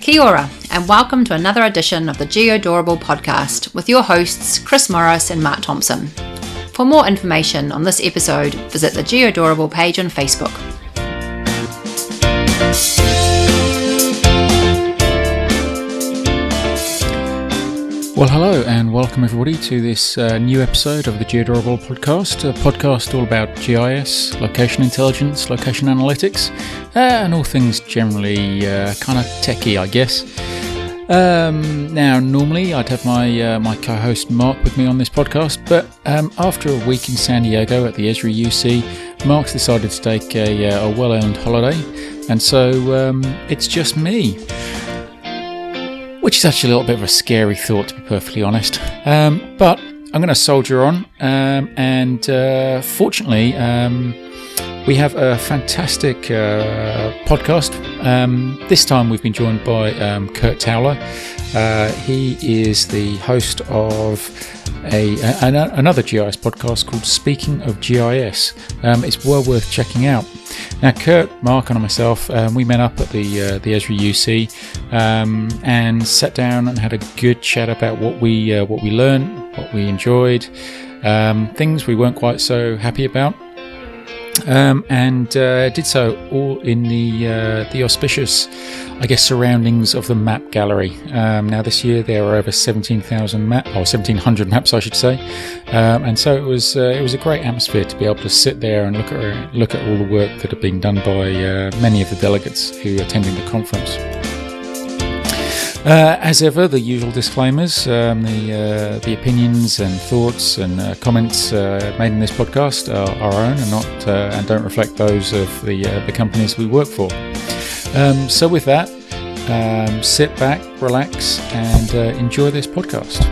Kia ora, and welcome to another edition of the Geodorable podcast with your hosts Chris Morris and Mark Thompson. For more information on this episode, visit the Geodorable page on Facebook. Well, hello, and welcome everybody to this uh, new episode of the Geodorable podcast, a podcast all about GIS, location intelligence, location analytics, uh, and all things generally uh, kind of techie, I guess. Um, now, normally I'd have my uh, my co-host Mark with me on this podcast, but um, after a week in San Diego at the Esri UC, Mark's decided to take a, uh, a well-earned holiday, and so um, it's just me which is actually a little bit of a scary thought, to be perfectly honest. Um, but I'm going to soldier on, um, and uh, fortunately, um, we have a fantastic uh, podcast. Um, this time, we've been joined by um, Kurt Towler. Uh, he is the host of a, a- an- another GIS podcast called Speaking of GIS. Um, it's well worth checking out. Now, Kurt, Mark, and myself, um, we met up at the uh, the Esri UC um, and sat down and had a good chat about what we uh, what we learned, what we enjoyed, um, things we weren't quite so happy about um, and uh, did so all in the uh, the auspicious, I guess, surroundings of the map gallery. Um, now this year there are over seventeen thousand map or seventeen hundred maps, I should say, um, and so it was uh, it was a great atmosphere to be able to sit there and look at look at all the work that had been done by uh, many of the delegates who attended the conference. Uh, as ever, the usual disclaimers, um, the, uh, the opinions and thoughts and uh, comments uh, made in this podcast are our own and not uh, and don't reflect those of the, uh, the companies we work for. Um, so, with that, um, sit back, relax, and uh, enjoy this podcast.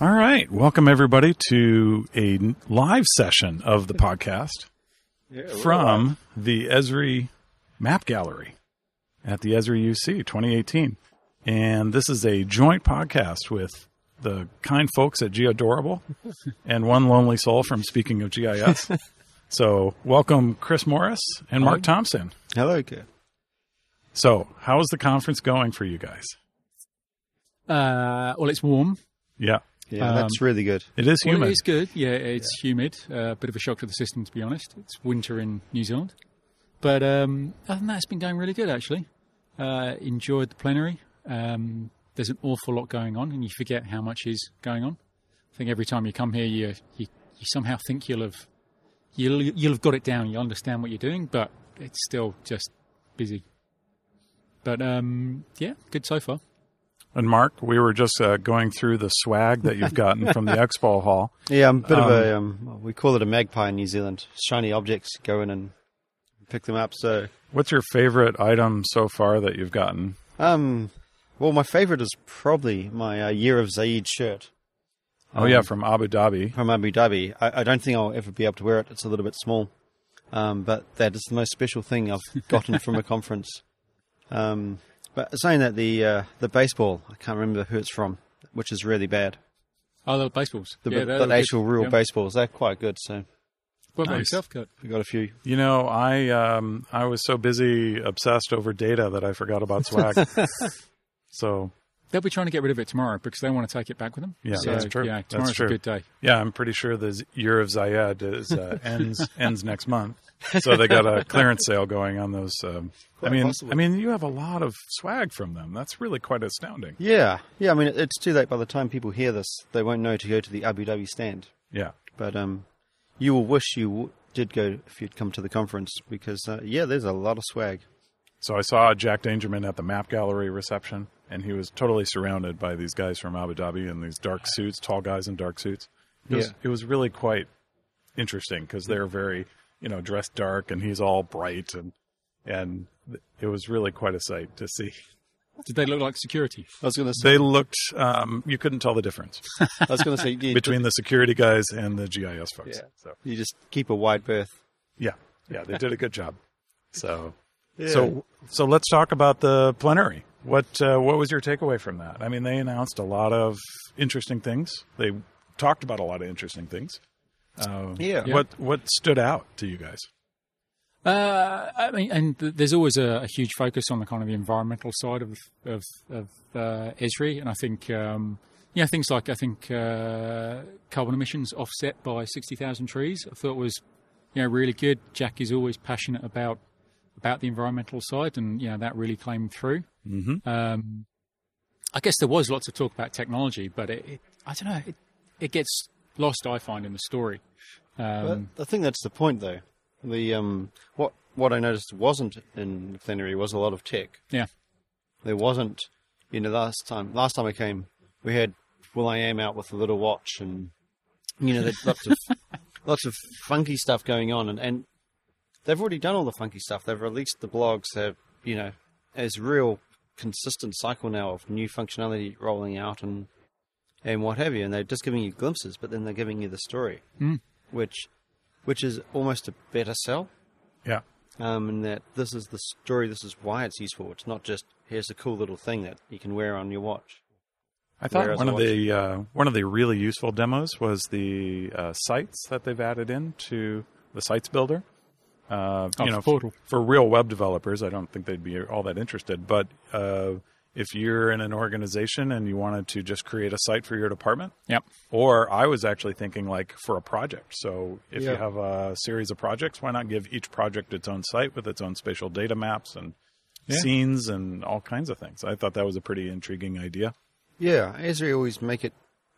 All right. Welcome, everybody, to a n- live session of the podcast from the Esri Map Gallery at the Esri UC 2018. And this is a joint podcast with the kind folks at Geodorable and One Lonely Soul from Speaking of GIS. so, welcome, Chris Morris and Mark Thompson. Hello, kid. So, how is the conference going for you guys? Uh, well, it's warm. Yeah, Yeah, that's really good. it is humid. Well, it is good. Yeah, it's humid. Uh, A bit of a shock to the system, to be honest. It's winter in New Zealand. But um, other than that, it's been going really good, actually. Uh, enjoyed the plenary. Um, there's an awful lot going on, and you forget how much is going on. I think every time you come here, you, you, you somehow think you'll have you'll, you'll have got it down. You understand what you're doing, but it's still just busy. But um, yeah, good so far. And Mark, we were just uh, going through the swag that you've gotten from the expo hall. Yeah, I'm a bit of a. Um, we call it a magpie in New Zealand. Shiny objects, go in and pick them up. So, What's your favorite item so far that you've gotten? um, well, my favorite is probably my uh, Year of Zaid shirt Oh yeah, from Abu Dhabi. from Abu Dhabi. I, I don't think I'll ever be able to wear it. It's a little bit small, um, but that is the most special thing I've gotten from a conference. Um, but saying that, the uh, the baseball, I can't remember who it's from, which is really bad. Oh, the baseballs. The, Yeah, they the, were good. actual real Yeah. baseballs, they're quite good. So, What about Nice. yourself, Kurt? we got a few. You know, I um, I was so busy obsessed over data that I forgot about swag. so They'll be trying to get rid of it tomorrow because they want to take it back with them. Yeah, so, that's true. Yeah, That's tomorrow's true. a good day. yeah, I'm pretty sure the Z- year of Zayed is uh, ends ends next month. So they got a clearance sale going on those. Um, I mean, possibly. I mean, you have a lot of swag from them. That's really quite astounding. Yeah, yeah. I mean, it- it's too late by the time people hear this; they won't know to go to the Abu Dhabi stand. Yeah, But um, you will wish you w- did go if you'd come to the conference because uh, yeah, there's a lot of swag. So I saw Jack Dangerman at the Map Gallery reception, and he was totally surrounded by these guys from Abu Dhabi in these dark suits, tall guys in dark suits. It was Yeah. it was really quite interesting because they're very you know dressed dark, and he's all bright, and and th- it was really quite a sight to see. Did they look like security? I was gonna say, They looked um, you couldn't tell the difference I was gonna say, you, between the security guys and the GIS folks. Yeah. So you just keep a wide berth. yeah, yeah, they did a good job. So Yeah. So, so let's talk about the plenary. What uh, what was your takeaway from that? I mean, they announced a lot of interesting things. They talked about a lot of interesting things. Uh, Yeah. What what stood out to you guys? Uh, I mean, and th- there's always a, a huge focus on the kind of the environmental side of of, of uh, Esri, and I think um, yeah, things like I think uh, carbon emissions offset by sixty thousand trees. I thought was you know really good. Jack is always passionate about about the environmental side, and you know that really came through. Mhm. Um, I guess there was lots of talk about technology, but it, it I don't know, it, it gets lost. I find in the story. But Um, I think that's the point, though. The um, what what I noticed wasn't in Flannery was a lot of tech. yeah, There wasn't, you know, last time last time I came, we had Will I Am out with a little watch, and you know, there's lots of lots of funky stuff going on, and, and they've already done all the funky stuff. They've released the blogs. They've you know, there's real consistent cycle now of new functionality rolling out and and what have you, and they're just giving you glimpses, but then they're giving you the story, Mm. which which is almost a better sell Yeah. um, and that this is the story, this is why it's useful. It's not just here's a cool little thing that you can wear on your watch. I thought Whereas one I of the uh, one of the really useful demos was the uh, sites that they've added into the sites builder. Uh, Oh, you the know, portal. for real web developers, I don't think they'd be all that interested. But uh, if you're in an organization and you wanted to just create a site for your department, yep. or I was actually thinking like for a project. So if you Yeah. have a series of projects, why not give each project its own site with its own spatial data maps and Yeah. scenes and all kinds of things? I thought that was a pretty intriguing idea. Yeah, Esri always make it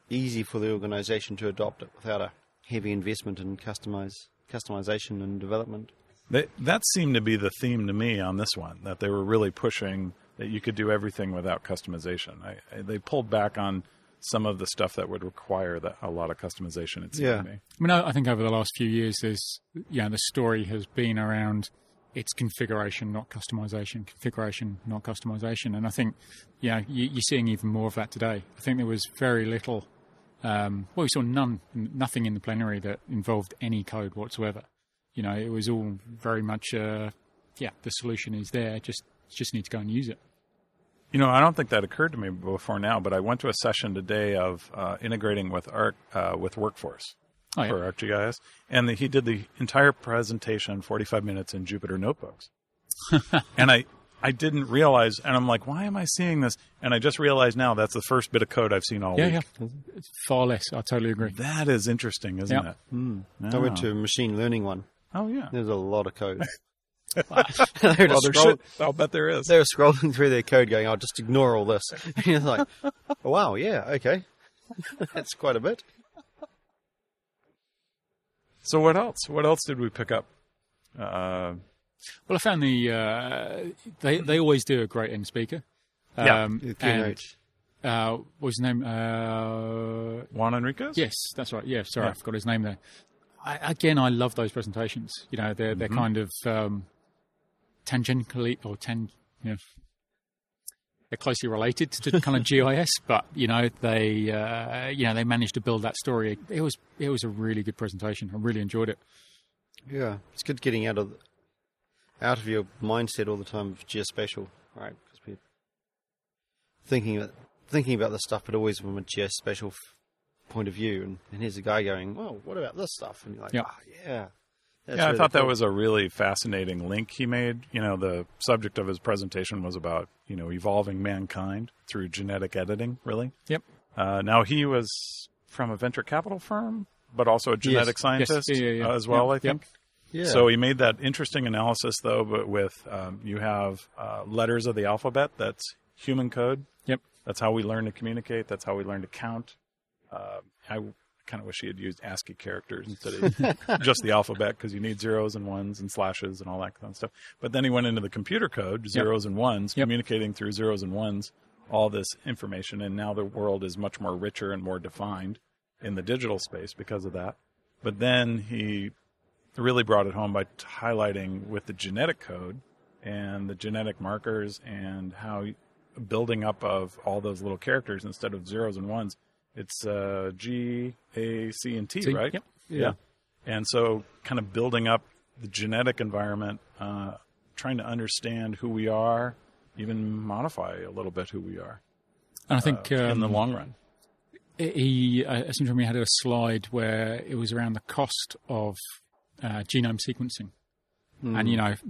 easy for the organization to adopt it without a heavy investment in customize, customization and development. They, that seemed to be the theme to me on this one that they were really pushing that you could do everything without customization. I, I, they pulled back on some of the stuff that would require that, a lot of customization. It seemed Yeah. to me. I mean, I, I think over the last few years, there's, you know, the story has been around its configuration, not customization, configuration, not customization. And I think, you know, you, you're seeing even more of that today. I think there was very little, um, well, we saw none, nothing in the plenary that involved any code whatsoever. You know, it was all very much, uh, yeah, the solution is there. Just, just need to go and use it. You know, I don't think that occurred to me before now, but I went to a session today of uh, integrating with Arc uh, with Workforce Oh, yeah. for ArcGIS, and the, he did the entire presentation, forty-five minutes, in Jupyter notebooks. and I, I didn't realize, and I'm like, why am I seeing this? And I just realized now that's the first bit of code I've seen all Yeah, week. yeah. It's far less. I totally agree. That is interesting, isn't Yep. it? Hmm. I Ah. went to a machine learning one. Oh yeah. There's a lot of code. they, were Well, just there scroll- should. I'll bet there is. they were scrolling through their code going, I'll just ignore all this. And you're like, "Oh, wow, yeah, okay. That's quite a bit. So what else? What else did we pick up? Uh, Well, I found the, uh, they, they always do a great end speaker. Yeah. and- Keynote. uh, what was his name? Uh, Juan Enriquez. yes, that's right. Yeah, sorry, Yeah. I forgot his name there. I, again, I love those presentations. You know, they're they're kind of um, tangentially or tan, you know, they're closely related to kind of GIS, but you know, they uh, you know they managed to build that story. It was it was a really good presentation. I really enjoyed it. Yeah, it's good getting out of out of your mindset all the time of geospatial, right? Because we're thinking about, thinking about this stuff, but always from a geospatial f- point of view. And, and here's a guy going, "Well, what about this stuff?" And you're like, Yeah. "Ah, yeah." That's yeah, I really thought that cool." was a really fascinating link he made. You know, the subject of his presentation was about you know evolving mankind through genetic editing. Really. Yep. Uh, now he was from a venture capital firm, but also a genetic yes, scientist yeah, yeah, yeah. uh, as well. Yep, I think. yep. Yeah. So he made that interesting analysis, though, but with um, you have uh, letters of the alphabet. That's human code. Yep. That's how we learn to communicate. That's how we learn to count. Uh, I kind of wish he had used ASCII characters instead of just the alphabet because you need zeros and ones and slashes and all that kind of stuff. But then he went into the computer code, zeros and ones, Yep. communicating through zeros and ones, all this information. And now the world is much more richer and more defined in the digital space because of that. But then he really brought it home by t- highlighting with the genetic code and the genetic markers and how building up of all those little characters instead of zeros and ones. It's uh, G, A, C, and T, See? right? Yep. Yeah. And so, kind of building up the genetic environment, uh, trying to understand who we are, even modify a little bit who we are And I think um, in the long run. he uh, seemed to me had a slide where it was around the cost of uh, genome sequencing Hmm. And you know, f-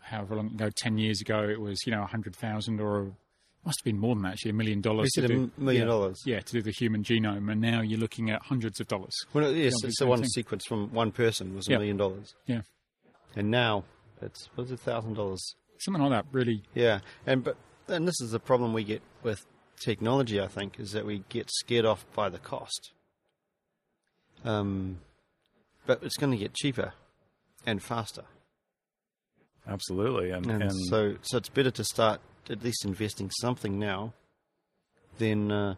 however long ago, ten years ago, it was you know a hundred thousand or it must have been more than that, actually a million dollars. said to a do- m- million yeah, dollars. yeah, to do the human genome, and now you're looking at hundreds of dollars. Well, yes, Yeah, it's same the one thing. sequence from one person was a Yeah. million dollars, Yeah, and now it's was a thousand dollars. something like that. Really, Yeah, and but and this is the problem we get with technology. I think is that we get scared off by the cost. Um, but it's going to get cheaper and faster, Absolutely. And, and, and, so so it's better to start at least investing something now, than uh,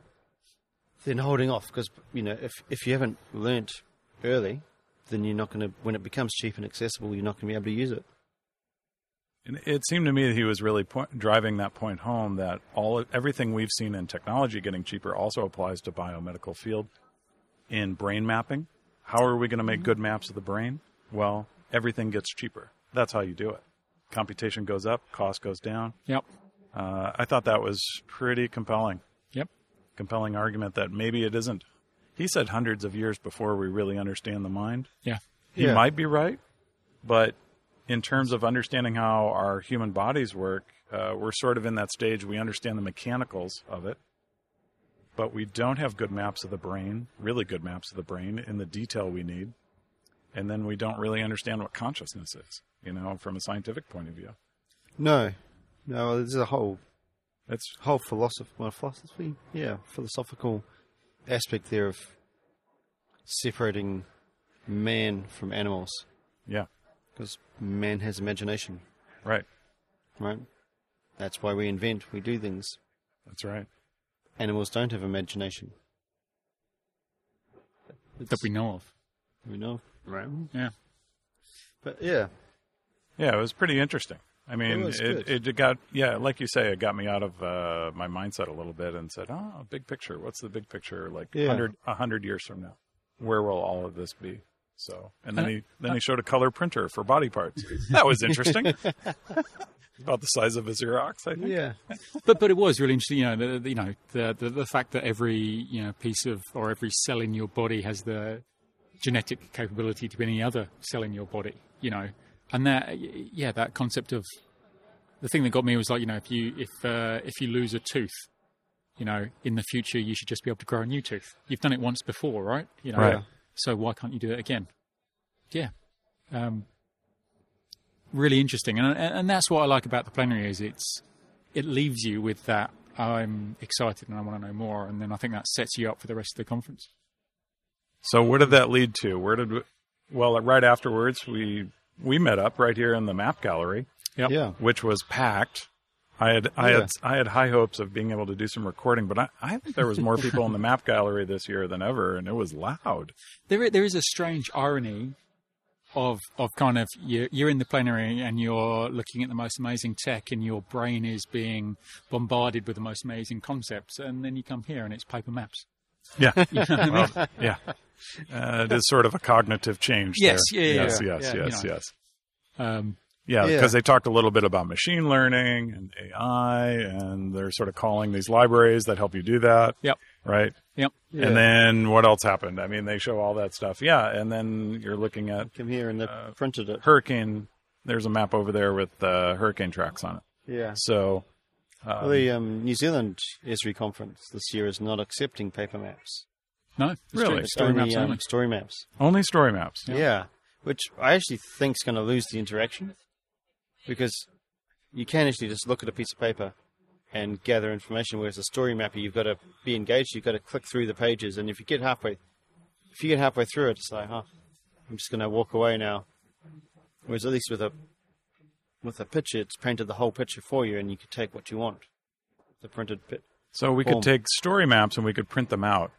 than holding off because you know if if you haven't learnt early, then you're not going to when it becomes cheap and accessible, you're not going to be able to use it. and it seemed to me that he was really point, driving that point home that all everything we've seen in technology getting cheaper also applies to biomedical field in brain mapping. How are we going to make good maps of the brain? Well, everything gets cheaper. That's how you do it. Computation goes up, cost goes down. yep, Uh, I thought that was pretty compelling. yep. compelling argument that maybe it isn't. He said hundreds of years before we really understand the mind. Yeah. He Yeah. might be right, but in terms of understanding how our human bodies work, uh, we're sort of in that stage. We understand the mechanicals of it, but we don't have good maps of the brain, really good maps of the brain in the detail we need. And then we don't really understand what consciousness is, you know, from a scientific point of view. No, no, there's a whole That's whole philosophy, well, philosophy, yeah, philosophical aspect there of separating man from animals yeah, because man has imagination, right. right? That's why we invent, we do things. That's right. Animals don't have imagination. That we know of. We know, right? Yeah. But yeah, Yeah, it was pretty interesting. I mean, was it, good. it, got yeah, like you say, it got me out of uh, my mindset a little bit and said, "Oh, big picture. What's the big picture? Like Yeah. hundred a hundred years from now, where will all of this be?" So, and then he then he showed a color printer for body parts. That was interesting. About the size of a Xerox, I think. yeah, but but it was really interesting. You know, the, the- you know the, the the fact that every you know piece of or every cell in your body has the genetic capability to be any other cell in your body. You know, and that y- yeah, that concept of the thing that got me was like you know if you if uh, if you lose a tooth. You know, in the future, you should just be able to grow a new tooth. You've done it once before, right? You know, Right. so why can't you do it again? Yeah, um, really interesting, and, and and that's what I like about the plenary is it's it leaves you with that I'm excited and I want to know more, and then I think that sets you up for the rest of the conference. So, what did that lead to? Where did we, well, right afterwards, we we met up right here in the map gallery. Yep. yeah. which was packed. I had I Yeah. had I had high hopes of being able to do some recording, but I, I think there was more people in the map gallery this year than ever, and it was loud. There i- there is a strange irony of of kind of you're, you're in the plenary and you're looking at the most amazing tech, and your brain is being bombarded with the most amazing concepts, and then you come here and it's paper maps. Yeah, Well, yeah. Uh, it is sort of a cognitive change. Yes, there. yeah, yeah, yes, yeah. yes, Yeah, yes, you know. yes. Um, Yeah, Yeah. because they talked a little bit about machine learning and AI, and they're sort of calling these libraries that help you do that. Yep. Right. yep. Yeah. And then what else happened? I mean, they show all that stuff. Yeah, and then you're looking at Come here and they uh, printed it. hurricane. There's a map over there with uh, hurricane tracks on it. Yeah. So Well, the um, New Zealand Esri conference this year is not accepting paper maps. No, it's true. Really? It's It's story only, maps um, only. story maps. only story maps. Yeah. Which I actually think's going to lose the interaction because you can actually just look at a piece of paper and gather information. Whereas a story mapper, you've got to be engaged. You've got to click through the pages, and if you get halfway, if you get halfway through it, it's like, huh, I'm just going to walk away now. Whereas at least with a with a picture, it's painted the whole picture for you, and you can take what you want. The printed bit. So we could Boom. take story maps and we could print them out.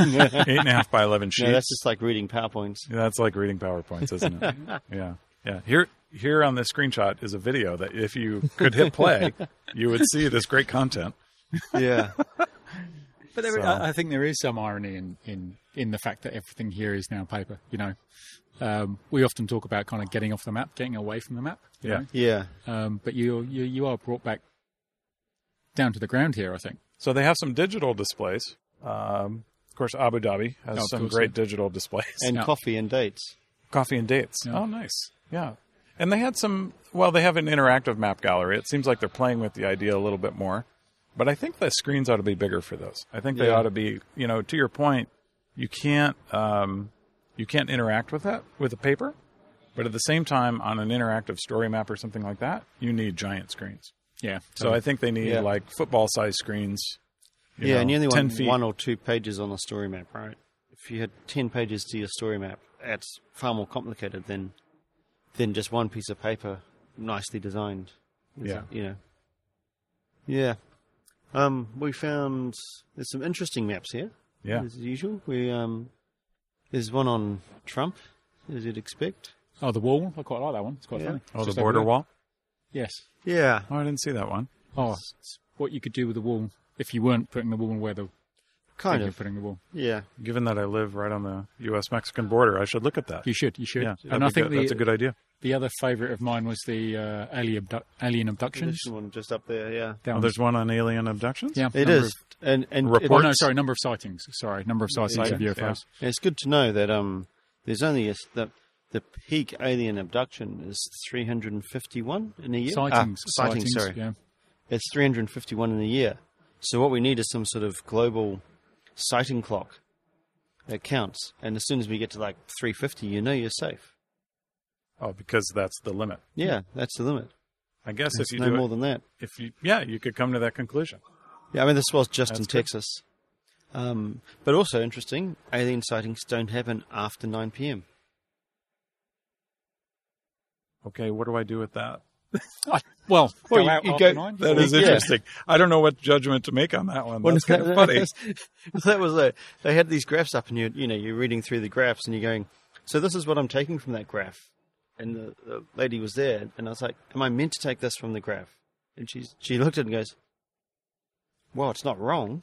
Eight and a half by eleven sheets. No, that's just like reading PowerPoints. Yeah, that's like reading PowerPoints, isn't it? yeah. Yeah. Here here on this screenshot is a video that if you could hit play, you would see this great content. Yeah. But there, So- I I think there is some irony in, in, in the fact that everything here is now paper. You know, um, we often talk about kind of getting off the map, getting away from the map. you Yeah. know? yeah. Um, but you, you you are brought back down to the ground here. I think. So they have some digital displays. Um, of course, Abu Dhabi has Oh, of some course, great yeah. digital displays. And Yeah. coffee and dates. coffee and dates. Yeah. Oh, nice. Yeah. And they had some, well, they have an interactive map gallery. It seems like they're playing with the idea a little bit more. But I think the screens ought to be bigger for those. I think they Yeah. ought to be, you know, to your point, you can't, um, you can't interact with that with a paper. But at the same time, on an interactive story map or something like that, you need giant screens. Oh. Yeah. So I think they need Yeah. like football size screens. you yeah, know, and you only 10 want feet. one or two pages on a story map, right? If you had ten pages to your story map, that's far more complicated than than just one piece of paper nicely designed. It's, Yeah. you know. Yeah. Um, we found there's some interesting maps here. Yeah. as usual. We um, there's one on Trump, as you'd expect. oh, the wall. I quite like that one. It's quite Yeah. funny. Oh, It's the just over border there. wall. Yes. Yeah, Oh, I didn't see that one. Oh, what you could do with the wall if you weren't putting the wall where the kind you're of. putting the wall. Yeah, Given that I live right on the U.S. Mexican border, I should look at that. You should. You should. Yeah, and I think the, that's a good idea. the other favourite of mine was the uh, alien, abduc- alien abductions. additional one just up there. Yeah, That Oh, one- there's one on alien abductions. yeah, it number is, of- and and it- oh Report- no, sorry, number of sightings. Sorry, number of sightings of Sightings, UFOs. It's good to know that um, there's only a, s- the the peak alien abduction is 351 in a year. Sightings, Ah, sightings, Sorry, Yeah, it's 351 in a year. So what we need is some sort of global sighting clock that counts. And as soon as we get to like 350, you know you're safe. Oh, because that's the limit. Yeah, that's the limit. I guess if you no do it, more than that. if you, yeah, you could come to that conclusion. Yeah, I mean, this was just in That's good. Texas. Um, but also interesting, alien sightings don't happen after 9 p.m. Okay, what do I do with that? I, well, Well, go you- out you after go- nine? That is Yeah. interesting. I don't know what judgment to make on that one. Well, That's no, kind of funny. that was a, they had these graphs up, and you you know you're reading through the graphs, and you're going, so this is what I'm taking from that graph. And the, the lady was there, and I was like, am I meant to take this from the graph? And she's she looked at it and goes, well, it's not wrong.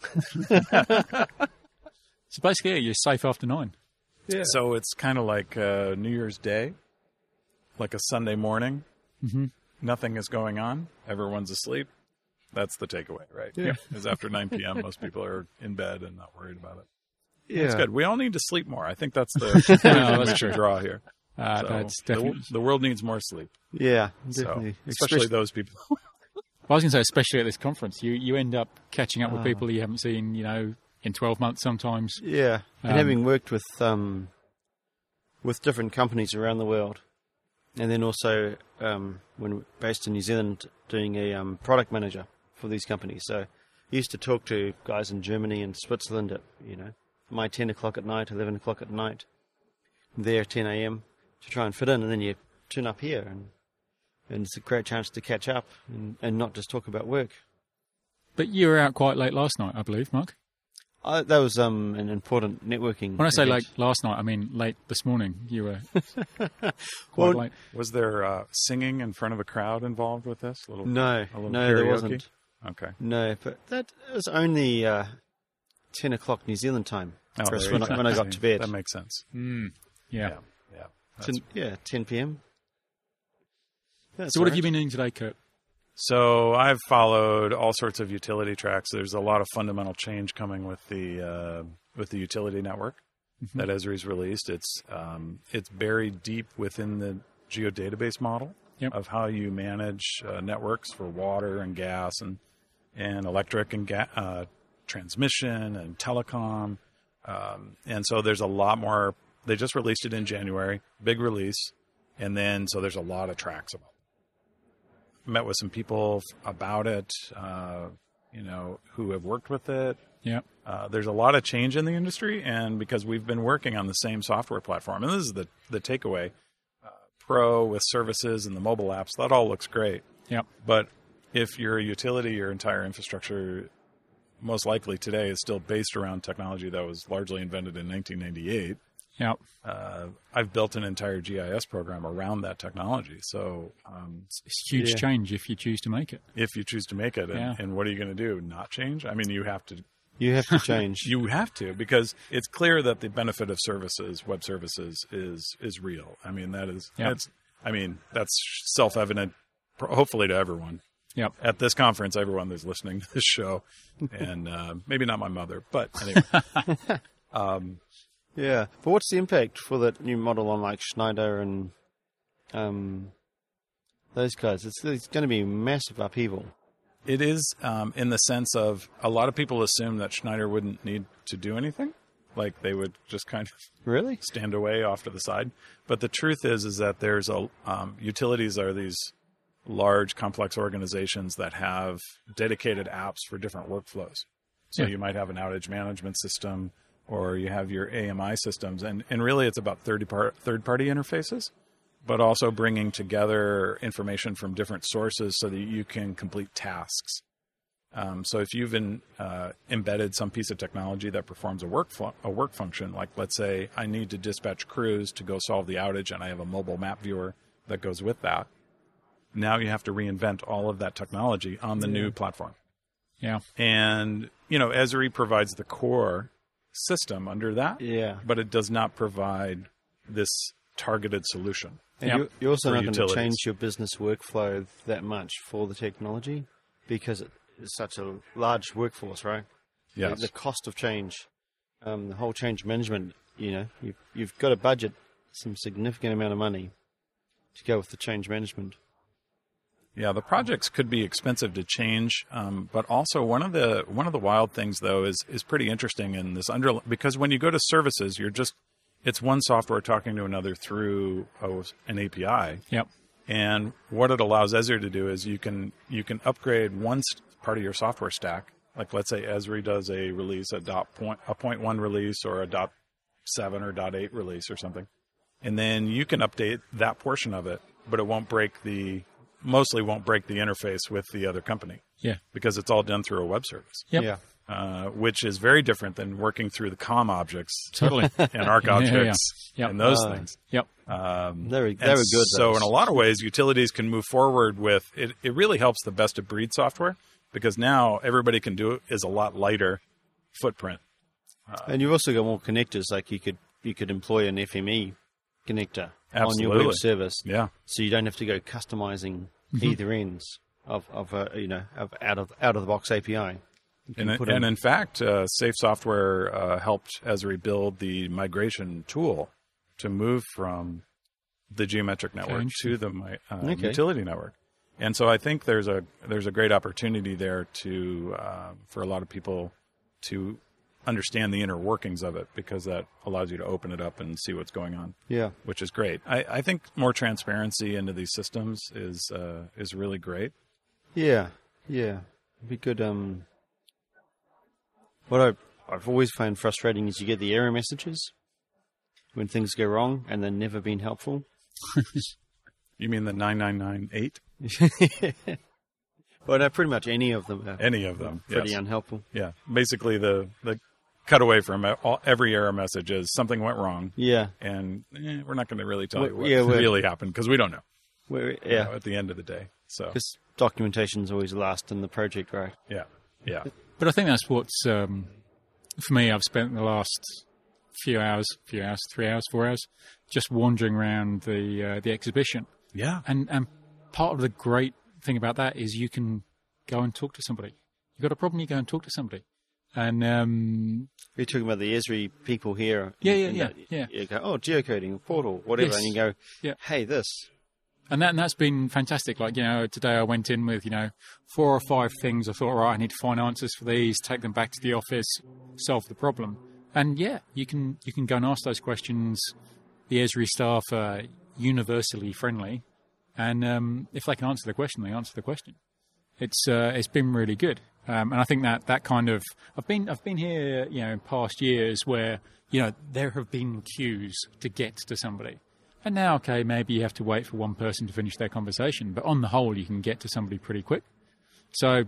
So basically, yeah, you're safe after nine. So it's kind of like uh, New Year's Day, like a Sunday morning. Mm-hmm. Nothing is going on. Everyone's asleep. That's the takeaway, right? Yeah. Because after 9 p.m., most people are in bed and not worried about it. Yeah, It's good. We all need to sleep more. I think that's the conclusion No, that's we true. should draw here. Uh, So that's the, definitely. w- the world needs more sleep. Yeah, So, definitely. especially those people. I was going to say, especially at this conference, you you end up catching up Ah. with people you haven't seen, you know, in twelve months sometimes. Yeah, and Um, having worked with um, with different companies around the world, and then also um, when based in New Zealand, doing a um, product manager for these companies. So, I used to talk to guys in Germany and Switzerland at you know my ten o'clock at night, eleven o'clock at night, there ten a.m. to try and fit in, and then you turn up here, and and it's a great chance to catch up and, and not just talk about work. But you were out quite late last night, I believe, Mark. I, that was um, an important networking. When I say event. like last night, I mean late this morning. You were quite Well, late. Was there uh, singing in front of a crowd involved with this? A little, no, a little no, karaoke? there wasn't. Okay. No, but that was only uh, 10 o'clock New Zealand time Oh, for us there when, you I, go. when I got to bed. That makes sense. Yeah. Yeah. Yeah. That's 10, yeah, 10 p.m. That's So what have all you right. been doing today, Kurt? So I've followed all sorts of utility tracks. There's a lot of fundamental change coming with the uh, with the utility network that Esri's released. It's um, it's buried deep within the geodatabase model Yep. of how you manage uh, networks for water and gas and and electric and ga- uh, transmission and telecom. Um, and so there's a lot more. They just released it in January, big release, and then so there's a lot of tracks about met with some people f- about it, uh, you know, who have worked with it. Yeah. Uh, there's a lot of change in the industry, and because we've been working on the same software platform, and this is the the takeaway, uh, Pro with services and the mobile apps, that all looks great. Yeah. But if you're a utility, your entire infrastructure, most likely today, is still based around technology that was largely invented in 1998 Yeah. uh, I've built an entire GIS program around that technology. So, um, It's a huge Yeah. change if you choose to make it. if you choose to make it, and, Yeah. and what are you going to do? Not change? I mean, you have to. You have to change. You have to because it's clear that the benefit of services, web services, is is real. I mean, that is. Yeah. That's, I mean, that's self evident. Hopefully, to everyone Yeah. at this conference, everyone that's listening to this show, and uh, maybe not my mother, but anyway, yeah. But what's the impact for that new model on like Schneider and um, those guys. It's, it's going to be massive upheaval. It is um, in the sense of a lot of people assume that Schneider wouldn't need to do anything. Like they would just kind of Really? stand away off to the side. But the truth is, is that there's a um, utilities are these large, complex organizations that have dedicated apps for different workflows. So Yeah. you might have an outage management system, or you have your AMI systems, and and really it's about third part third party interfaces, but also bringing together information from different sources so that you can complete tasks. Um, so if you've in, uh, embedded some piece of technology that performs a work fu- a work function, like let's say I need to dispatch crews to go solve the outage, and I have a mobile map viewer that goes with that. Now you have to reinvent all of that technology on the new platform, Yeah. and you know Esri provides the core system under that, Yeah. but it does not provide this targeted solution. And Yep. you, you're also For not going to utilities. change your business workflow that much for the technology because it is such a large workforce, right? Yes. The, the cost of change, um, the whole change management, you know, you've, you've got to budget some significant amount of money to go with the change management. Yeah, the projects could be expensive to change, um, but also one of the one of the wild things though is is pretty interesting in this under because when you go to services, you're just it's one software talking to another through a, an API, Yep. and what it allows Esri to do is you can you can upgrade one s- part of your software stack. Like let's say Esri does a release, a dot point a point one release or a dot seven or dot eight release or something, and then you can update that portion of it, but it won't break the mostly won't break the interface with the other company Yeah. because it's all done through a web service, Yep. Yeah. uh, which is very different than working through the COM objects Totally. and ARC Yeah, yeah, yeah. objects Yep. and those Uh, things. yep. Um, They were- and they were good, So, those. in a lot of ways, utilities can move forward with it. It really helps the best of breed software because now everybody can do it is a lot lighter footprint. And you've also got more connectors. Like you could you could employ an FME connector on your Absolutely. web service, Yeah, so you don't have to go customizing either ends of of a, you know of out of out of the box API. You can and, put and in- in fact, uh, Safe Software uh, helped Esri build the migration tool to move from the geometric network interesting. to the mi- uh, Okay. utility network. And so I think there's a there's a great opportunity there to uh, for a lot of people to understand the inner workings of it because that allows you to open it up and see what's going on, yeah. which is great. I, I think more transparency into these systems is uh, is really great. Yeah, yeah. It'd be good. Um, what I, I've always found frustrating is you get the error messages when things go wrong, and they're never been helpful. You mean the nine nine nine eight? Well, no, pretty much any of them are Any of them? pretty yes. unhelpful. Yeah, basically the the cutaway from it- all, every error message is something went wrong, Yeah, and eh, we're not going to really tell We- you what yeah, we- really happened because we don't know. We're, you know, yeah. at the end of the day. So Because documentation's always last in the project, right? yeah, yeah, But I think that's what's um, for me. I've spent the last few hours, few hours, three hours, four hours, just wandering around the uh, the exhibition. yeah, And and part of the great thing about that is you can go and talk to somebody. You've got a problem, you go and talk to somebody. And um, You're talking about the Esri people here. Yeah, in- yeah, in yeah, the- yeah. You go, oh, geocoding, portal, whatever, Yes. and you go, Yeah. hey, this. and that and that's been fantastic. Like you know, today I went in with you know four or five things. I thought, all right, I need to find answers for these. Take them back to the office, solve the problem. And yeah, you can you can go and ask those questions. The Esri staff are universally friendly, and um, if they can answer the question, they answer the question. It's uh, it's been really good, um, and I think that that kind of I've been I've been here you know in past years where you know there have been queues to get to somebody, and now okay maybe you have to wait for one person to finish their conversation, but on the whole you can get to somebody pretty quick. So,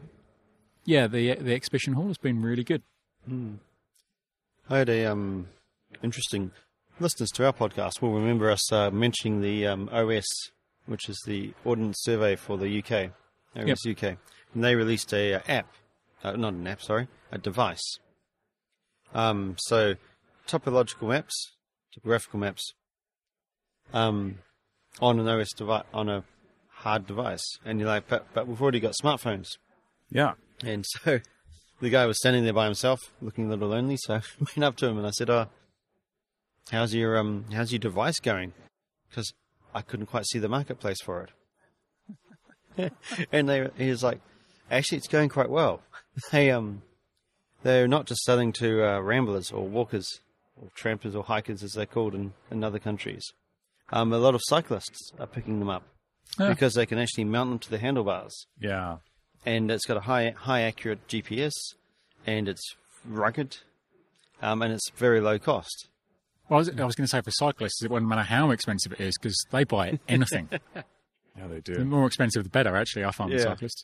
yeah, the the exhibition hall has been really good. I had a um, interesting listeners to our podcast will remember us uh, mentioning the um, OS, which is the Ordnance Survey for the UK, OS UK, and they released a, uh app, uh, not an app, sorry, a device. Um, so topological maps, topographical maps, um, on an OS device, on a hard device, and you're like, but but we've already got smartphones. yeah. And so the guy was standing there by himself, looking a little lonely. So I went up to him and I said, "Oh, how's your um, how's your device going?" Because I couldn't quite see the marketplace for it. and they, he was like, actually, it's going quite well. They, um, they're not just selling to uh, ramblers or walkers or trampers or hikers as they're called in, in other countries. Um, a lot of cyclists are picking them up Ah. because they can actually mount them to the handlebars Yeah. and it's got a high, high accurate GPS and it's rugged, um, and it's very low cost. Well, I was, I was going to say for cyclists, it wouldn't matter how expensive it is because they buy anything. Yeah, they the do. more expensive, the better. Actually, I find with Yeah. cyclists.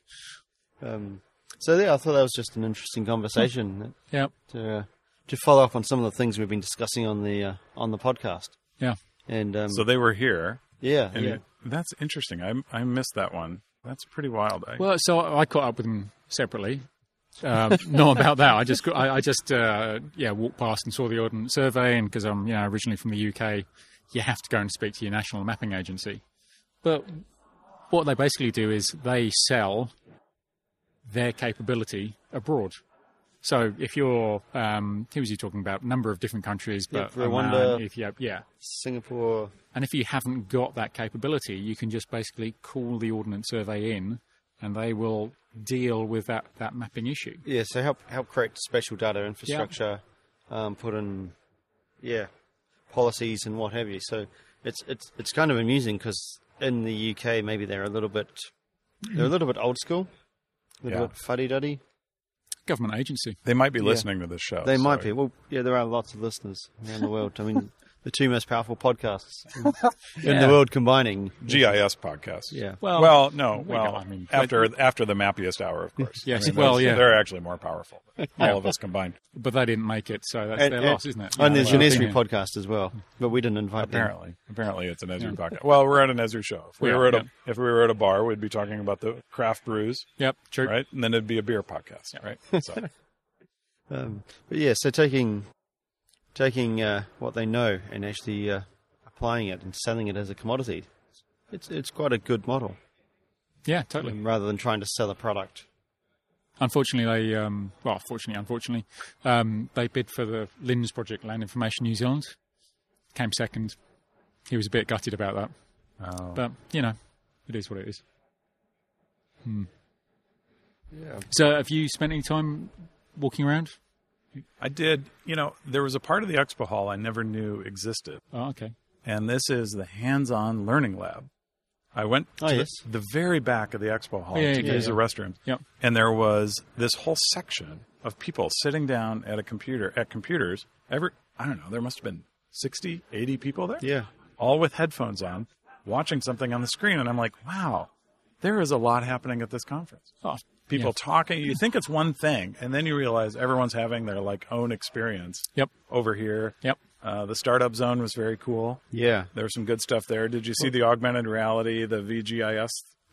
Um, so yeah, I thought that was just an interesting Hmm. conversation Yeah, to uh, to follow up on some of the things we've been discussing on the uh, on the podcast. yeah. And um, So they were here. yeah, And yeah. it- that's interesting. I, I missed that one. That's pretty wild. I, Well, so I caught up with them separately. Um, not about that. I just, I, I just, uh, yeah, walked past and saw the Ordnance Survey, and because I'm, you know, originally from the UK, you have to go and speak to your national mapping agency. But what they basically do is they sell their capability abroad. So if you're, um, who was he talking about? A number of different countries, Yeah, but Rwanda. Oman, Ethiopia, yeah. Singapore. And if you haven't got that capability, you can just basically call the Ordnance Survey in and they will deal with that, that mapping issue. Yeah, so help help create spatial data infrastructure, um, put in yeah policies and what have you. So it's it's it's kind of amusing because in the UK maybe they're a little bit they're a little bit old school, a little Yeah. bit fuddy duddy. Government agency. they might be listening to this Oh, show. They might so- be. Well, yeah, there are lots of listeners around the world. I mean, the two most powerful podcasts in the world combining. GIS podcast. Yeah. Well, no. we Well, don't- I mean, after after the Mappiest Hour, of course. Yes, I mean, well, those- yeah. They're actually more powerful. All of us combined, But they didn't make it, so that's And, their and- loss, isn't it? and Yeah, the well, Genesri yeah. podcast as well, but we didn't invite them. apparently. Apparently, it's an Ezra podcast. Well, we're at an Ezra show. If we Yeah, were at yeah. a, if we were at a bar, we'd be talking about the craft brews, Yep, true. right? And then it'd be a beer podcast, right? So, Um, but yeah, so taking taking uh, what they know and actually uh, applying it and selling it as a commodity, it's it's quite a good model Yeah, totally. um, rather than trying to sell a product. Unfortunately, they, um, well, fortunately, unfortunately, um, they bid for the LINS project, Land Information New Zealand. Came second. He was a bit gutted about that. But, you know, it is what it is. Hmm. Yeah. So, have you spent any time walking around? I did. You know, there was a part of the expo hall I never knew existed, Oh, okay. and this is the hands-on learning lab. I went to Oh, the- yes. the, very back of the expo hall Yeah, to yeah, use yeah. the restroom. Yep. and there was this whole section of people sitting down at a computer at computers every i don't know there must have been 60 80 people there Yeah. all with headphones on watching something on the screen and i'm like wow there is a lot happening at this conference Oh, people talking you think it's one thing and then you realize everyone's having their like own experience Yep. over here Yep. uh, the startup zone was very cool Yeah. there was some good stuff there did you see the augmented reality the vgis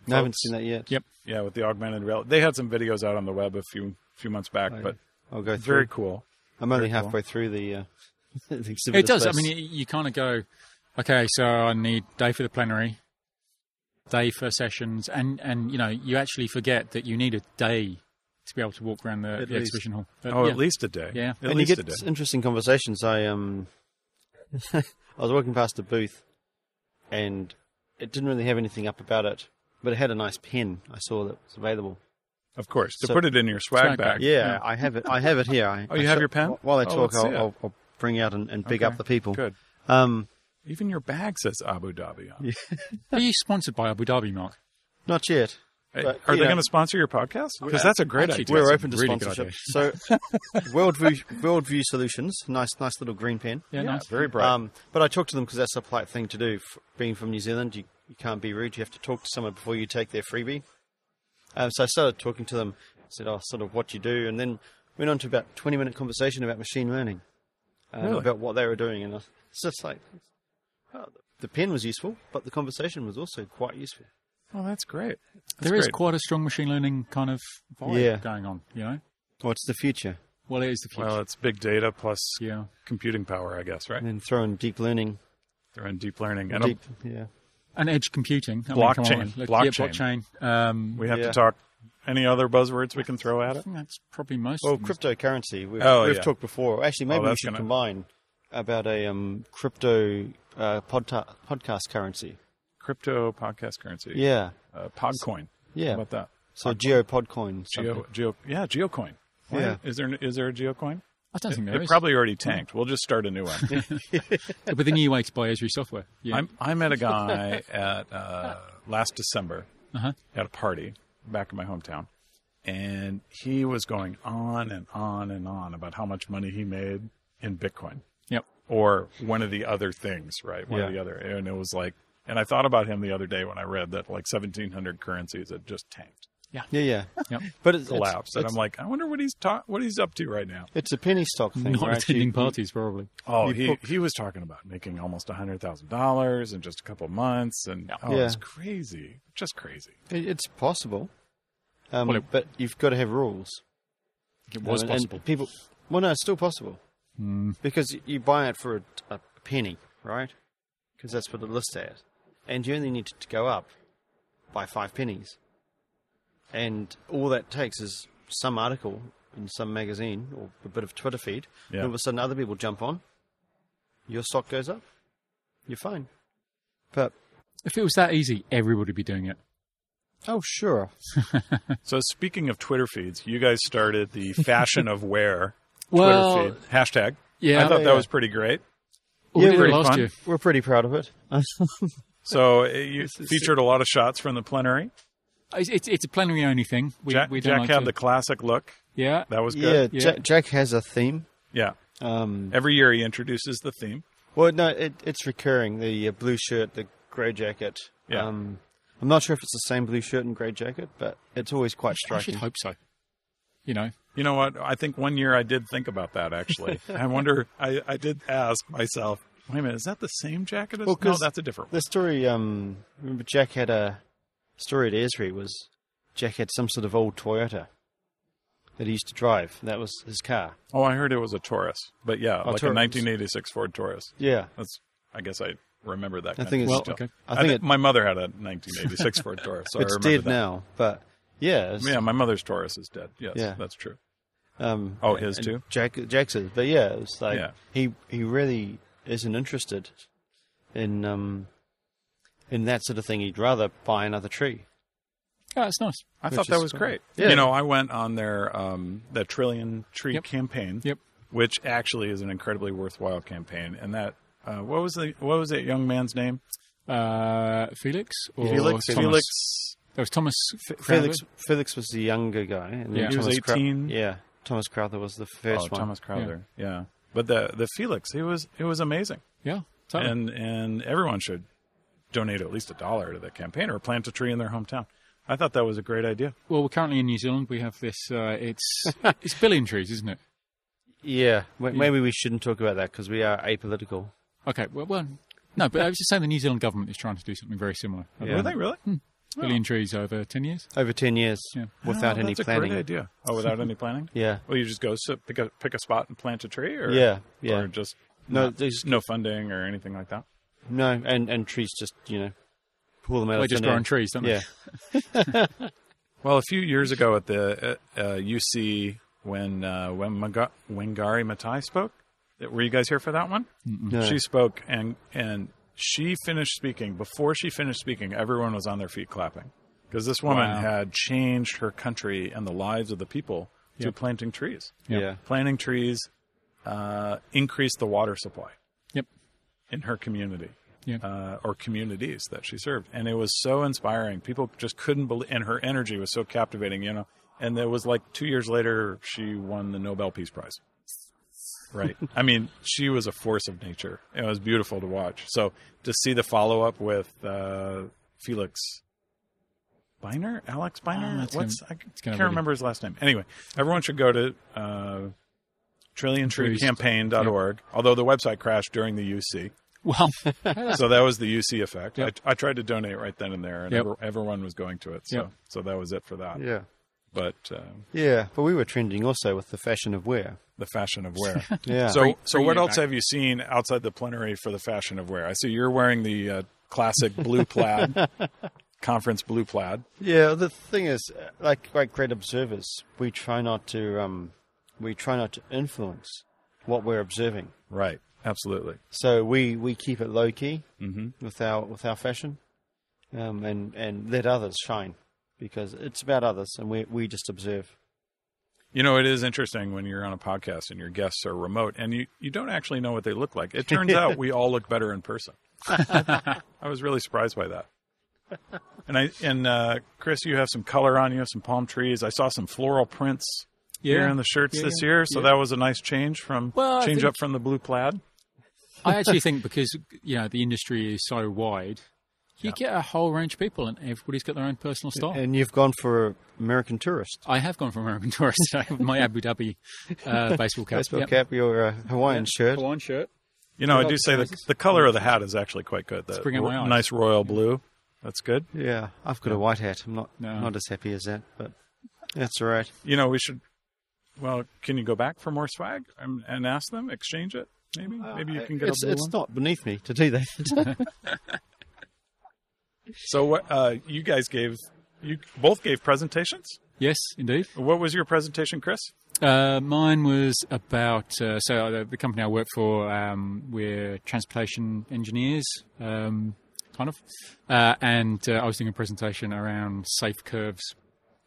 No, I haven't folks? seen that yet. Yep. Yeah, with the augmented reality. They had some videos out on the web a few few months back, but I'll go through. very cool. I'm only very cool. halfway through the. Uh, the exhibitor It does. I space. mean, you, you kind of go, okay, so I need day for the plenary, day for sessions, and and you know you actually forget that you need a day to be able to walk around the, At the least. exhibition hall. But, Oh, yeah. at least a day. Yeah. at and you least get a day. s- interesting conversations. I um, I was walking past a booth, and it didn't really have anything up about it, but it had a nice pen I saw that was available. Of course, to So- put it in your swag, Swag bag. bag. Yeah, Yeah. I have it. I have it here. I, Oh, you I have shall- your pen? wh- While I Oh, talk, let's see I'll, it. I'll, I'll bring out and, and big Okay, up the people. Good. Um, Even your bag says Abu Dhabi on. it. Are you sponsored by Abu Dhabi, Mark? not yet. Hey, But, Are you they know- going to sponsor your podcast? Because that's a great Actually, idea. That's We're a open to really good sponsorship. So, Worldview Worldview Solutions, nice nice little green pen. Yeah, nice. Very bright. Um, but I talked to them because that's a polite thing to do. F- Being from New Zealand, you, you can't be rude. You have to talk to someone before you take their freebie. Um, so I started talking to them. Said, "Oh, sort of what you do," and then went on to about twenty minute conversation about machine learning, um, Really? about what they were doing, and I- it's just like oh, the pen was useful, but the conversation was also quite useful. oh, that's great. That's There is great. quite a strong machine learning kind of vibe Yeah. going on. You know, What's the future? well, it is the future. Well, it's big data plus yeah. computing power, I guess, right? And then throw in deep learning, They're in deep learning. And deep, yeah. And edge computing, I come Blockchain. on, look- Blockchain. Yeah, blockchain. Um, we have to Yeah. talk. Any other buzzwords we can throw at I it? think that's probably most. Well, of them. cryptocurrency. We've, Oh, we've yeah. Oh, talked before. Actually, maybe we that's should gonna- combine about a um, crypto uh, podta- podcast currency. Crypto podcast currency. Yeah. Uh, Podcoin. Yeah. How about that? So GeoPod coin. Geo, geo, yeah, GeoCoin. Why- Yeah. Is there is there a GeoCoin? I don't think there It is. probably already tanked. We'll just start a new one. but the new way to buy Esri software. Yeah. I'm, I met a guy at uh, last December Uh-huh. at a party back in my hometown, and he was going on and on and on about how much money he made in Bitcoin yep. or one of the other things, right? One of Yeah. the other, and it was like, and I thought about him the other day when I read that like 1,700 currencies had just tanked, Yeah, yeah. Yep. But it's, it's, collapsed, and I'm like, I wonder what he's ta- what he's up to right now. it's a penny stock thing, Not right? attending You- parties, probably. Oh, You he, book- he was talking about making almost hundred thousand dollars in just a couple months, and oh, Yeah. it's crazy, just crazy. It, it's possible, um, Well, it- but you've got to have rules. It was And- possible. And people, well, no, it's still possible because you buy it for a, a penny, right? Because that's what it lists at, and you only need it to go up by five pennies, and all that takes is some article in some magazine or a bit of Twitter feed. Yeah. And all of a sudden, other people jump on. Your stock goes up. You're fine. But If it was that easy, everybody would be doing it. oh, sure. So speaking of Twitter feeds, you guys started the fashion of wear Well, Twitter feed hashtag. yeah. I thought that Yeah. was pretty great. we Yeah, did it pretty last fun. year. We're pretty proud of it. So uh, you is- featured a lot of shots from the plenary. It's, it's, it's a plenary only thing. We, Jack, we don't Jack like had to- the classic look. yeah. That was yeah, good. Yeah. Jack, Jack has a theme. Yeah. Um, Every year he introduces the theme. Well, no, it, it's recurring. The uh, blue shirt, the grey jacket. Yeah. Um, I'm not sure if it's the same blue shirt and grey jacket, but it's always quite I should striking. hope so. You know, You know what? I think one year I did think about that actually. I wonder. I, I did ask myself. Wait a minute, is that the same jacket? As, Well, no, 'cause that's a different one. The story, um, remember Jack had a story at Esri was Jack had some sort of old Toyota that he used to drive. That was his car. Oh, I heard it was a Taurus, but yeah, Oh, like Taurus. a 1986 Ford Taurus. Yeah. That's. I guess I remember that. I kind think of it's- detail. okay. I I think think it- my mother had a 1986 Ford Taurus. So I it's remember dead that. now, but yeah. it's- Yeah, my mother's Taurus is dead. Yes, Yeah. that's true. Um, Oh, his and too? Jack, Jack's is, but yeah, it was like Yeah. he he really isn't interested in um in that sort of thing. He'd rather buy another tree. oh, it's nice. I Which thought that is was fine. great. Yeah. You know, I went on their um, the Trillion Tree Yep. campaign, Yep. which actually is an incredibly worthwhile campaign. And that uh, what was the what was that young man's name? Uh, Felix or Felix. Thomas? Felix. That was Thomas. Crowther? Felix Felix was the younger guy, and Yeah. then He was Thomas Crow- 18. yeah, Thomas Crowther was the first Oh, one. Thomas Crowther. Yeah. But the the Felix, he was it was amazing, Yeah. Totally. and and everyone should donate at least a dollar to the campaign or plant a tree in their hometown. I thought that was a great idea. well, we're currently in New Zealand. We have this. Uh, it's it's billion trees, isn't it? Yeah, ma- maybe we shouldn't talk about that because we are apolitical. Okay. Well, well, no, but I was just saying the New Zealand government is trying to do something very similar. Yeah. Were they really? Billion trees over ten years. Over ten years Yeah. without Oh, any that's planning. a great idea. Oh, without any planning? Yeah, Well, you just go sit, pick a pick a spot and plant a tree, or Yeah, yeah. or just no, not- there's no funding or anything like that. no, and and trees just you know pull them out. They of just thin grow air. on trees, don't they? Yeah, Well, a few years ago at the uh, uh, UC when uh, when Maga- Wangari Maatai spoke, were you guys here for that one? No. She spoke and and she finished speaking. Before she finished speaking, everyone was on their feet clapping because this woman Wow. had changed her country and the lives of the people through planting trees. Yeah. yeah. Planting trees uh, increased the water supply. Yep. in her community Yeah. uh, or communities that she served. And it was so inspiring. People just couldn't believe, and her energy was so captivating, you know. And it was like two years later, she won the Nobel Peace Prize. Right. I mean, she was a force of nature. It was beautiful to watch. So to see the follow up with uh, Felix Biner, Alex Ah, Biner, it's what's gonna- I it's gonna can't really- remember his last name. Anyway, everyone should go to uh, trilliontreecampaign.org. Although the website crashed during the UC, Well, so that was the UC effect. Yep. I, I tried to donate right then and there, and Yep. ever, everyone was going to it. So, Yep. so that was it for that. Yeah. But um, Yeah, but we were trending also with the fashion of wear. the fashion of wear. Yeah. So, Bring- so bring what it else back. have you seen outside the plenary for the fashion of wear? I see you're wearing the uh, classic blue plaid, conference blue plaid. yeah, the thing is, uh, like like great observers, we try not to um, we try not to influence what we're observing. Right. Absolutely. So we, we keep it Mm-hmm. low key with our with our fashion, um, and and let others shine. because it's about others and we we just observe. You know, it is interesting when you're on a podcast and your guests are remote and you, you don't actually know what they look like. It turns out we all look better in person. I was really surprised by that. And I and uh, Chris, you have some color on you, some palm trees. I saw some floral prints here in the shirts Yeah, this yeah, year, so yeah. that was a nice change from Well, I change think- up from the blue plaid. I actually think because you know the industry is so wide, you get a whole range of people, and everybody's got their own personal style. And you've gone for American tourist I have gone for American tourist. I have my Abu Dhabi uh, baseball cap. baseball Yep. cap, your uh, Hawaiian shirt. Hawaiian shirt. You know, I Well, do say the choices. the color of the hat is actually quite good. The bringing my ro- eyes. nice royal blue. That's good. Yeah, I've got a white hat. I'm not No. not as happy as that, but that's all right. You know, we should. Well, can you go back for more swag and, and ask them exchange it? Maybe, maybe you can get Uh, it's, a blue it's one. not beneath me to do that. So, what uh, you guys gave? You both gave presentations. Yes, indeed. What was your presentation, Chris? Uh, mine was about uh, so the, the company I work for. Um, we're transportation engineers, um, kind of, uh, and uh, I was doing a presentation around safe curves.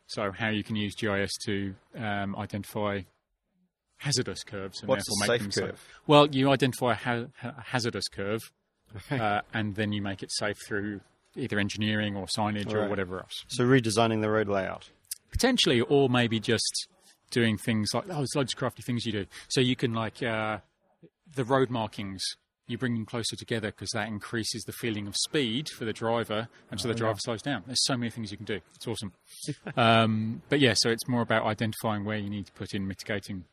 So how you can use GIS to um, identify hazardous curves and What's therefore a make safe them curve? safe. Well, you identify a ha- ha- hazardous curve, uh, and then you make it safe through either engineering or signage or Right. whatever else so redesigning the road layout. potentially, or maybe just doing things like oh, there's loads of crafty things you do. So you can like uh, the road markings. You bring them closer together because that increases the feeling of speed for the driver, and so the driver slows down. There's so many things you can do. It's awesome. um, but yeah, so it's more about identifying where you need to put in mitigating.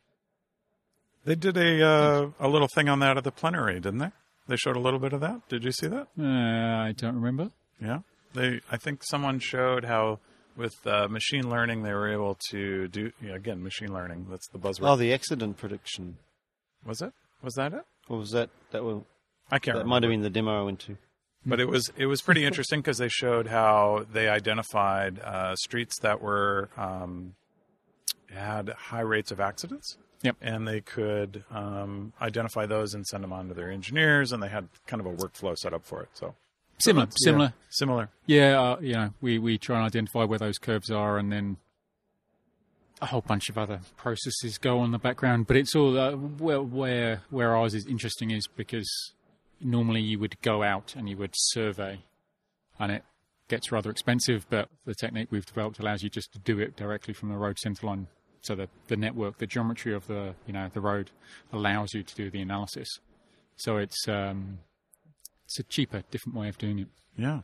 They did a uh, a little thing on that at the plenary, didn't they? They showed a little bit of that. Did you see that? Uh, I don't remember. Yeah. They. I think someone showed how with uh, machine learning they were able to do yeah, again machine learning. That's the buzzword. Oh, the accident prediction. was it? Was that it? What was that? That will I can't. that remember. might have been the demo I went to. but it was it was pretty interesting because they showed how they identified uh, streets that were um, had high rates of accidents. Yep. And they could um, identify those and send them on to their engineers, and they had kind of a workflow set up for it. So Similar, similar. similar. Yeah, uh, you know, we, we try and identify where those curves are, and then a whole bunch of other processes go on in the background. But it's all uh, where where where ours is interesting is because normally you would go out and you would survey, and it gets rather expensive. But the technique we've developed allows you just to do it directly from the road centre line. So the the network, the geometry of the you know the road allows you to do the analysis. So it's um, it's a cheaper, different way of doing it. Yeah.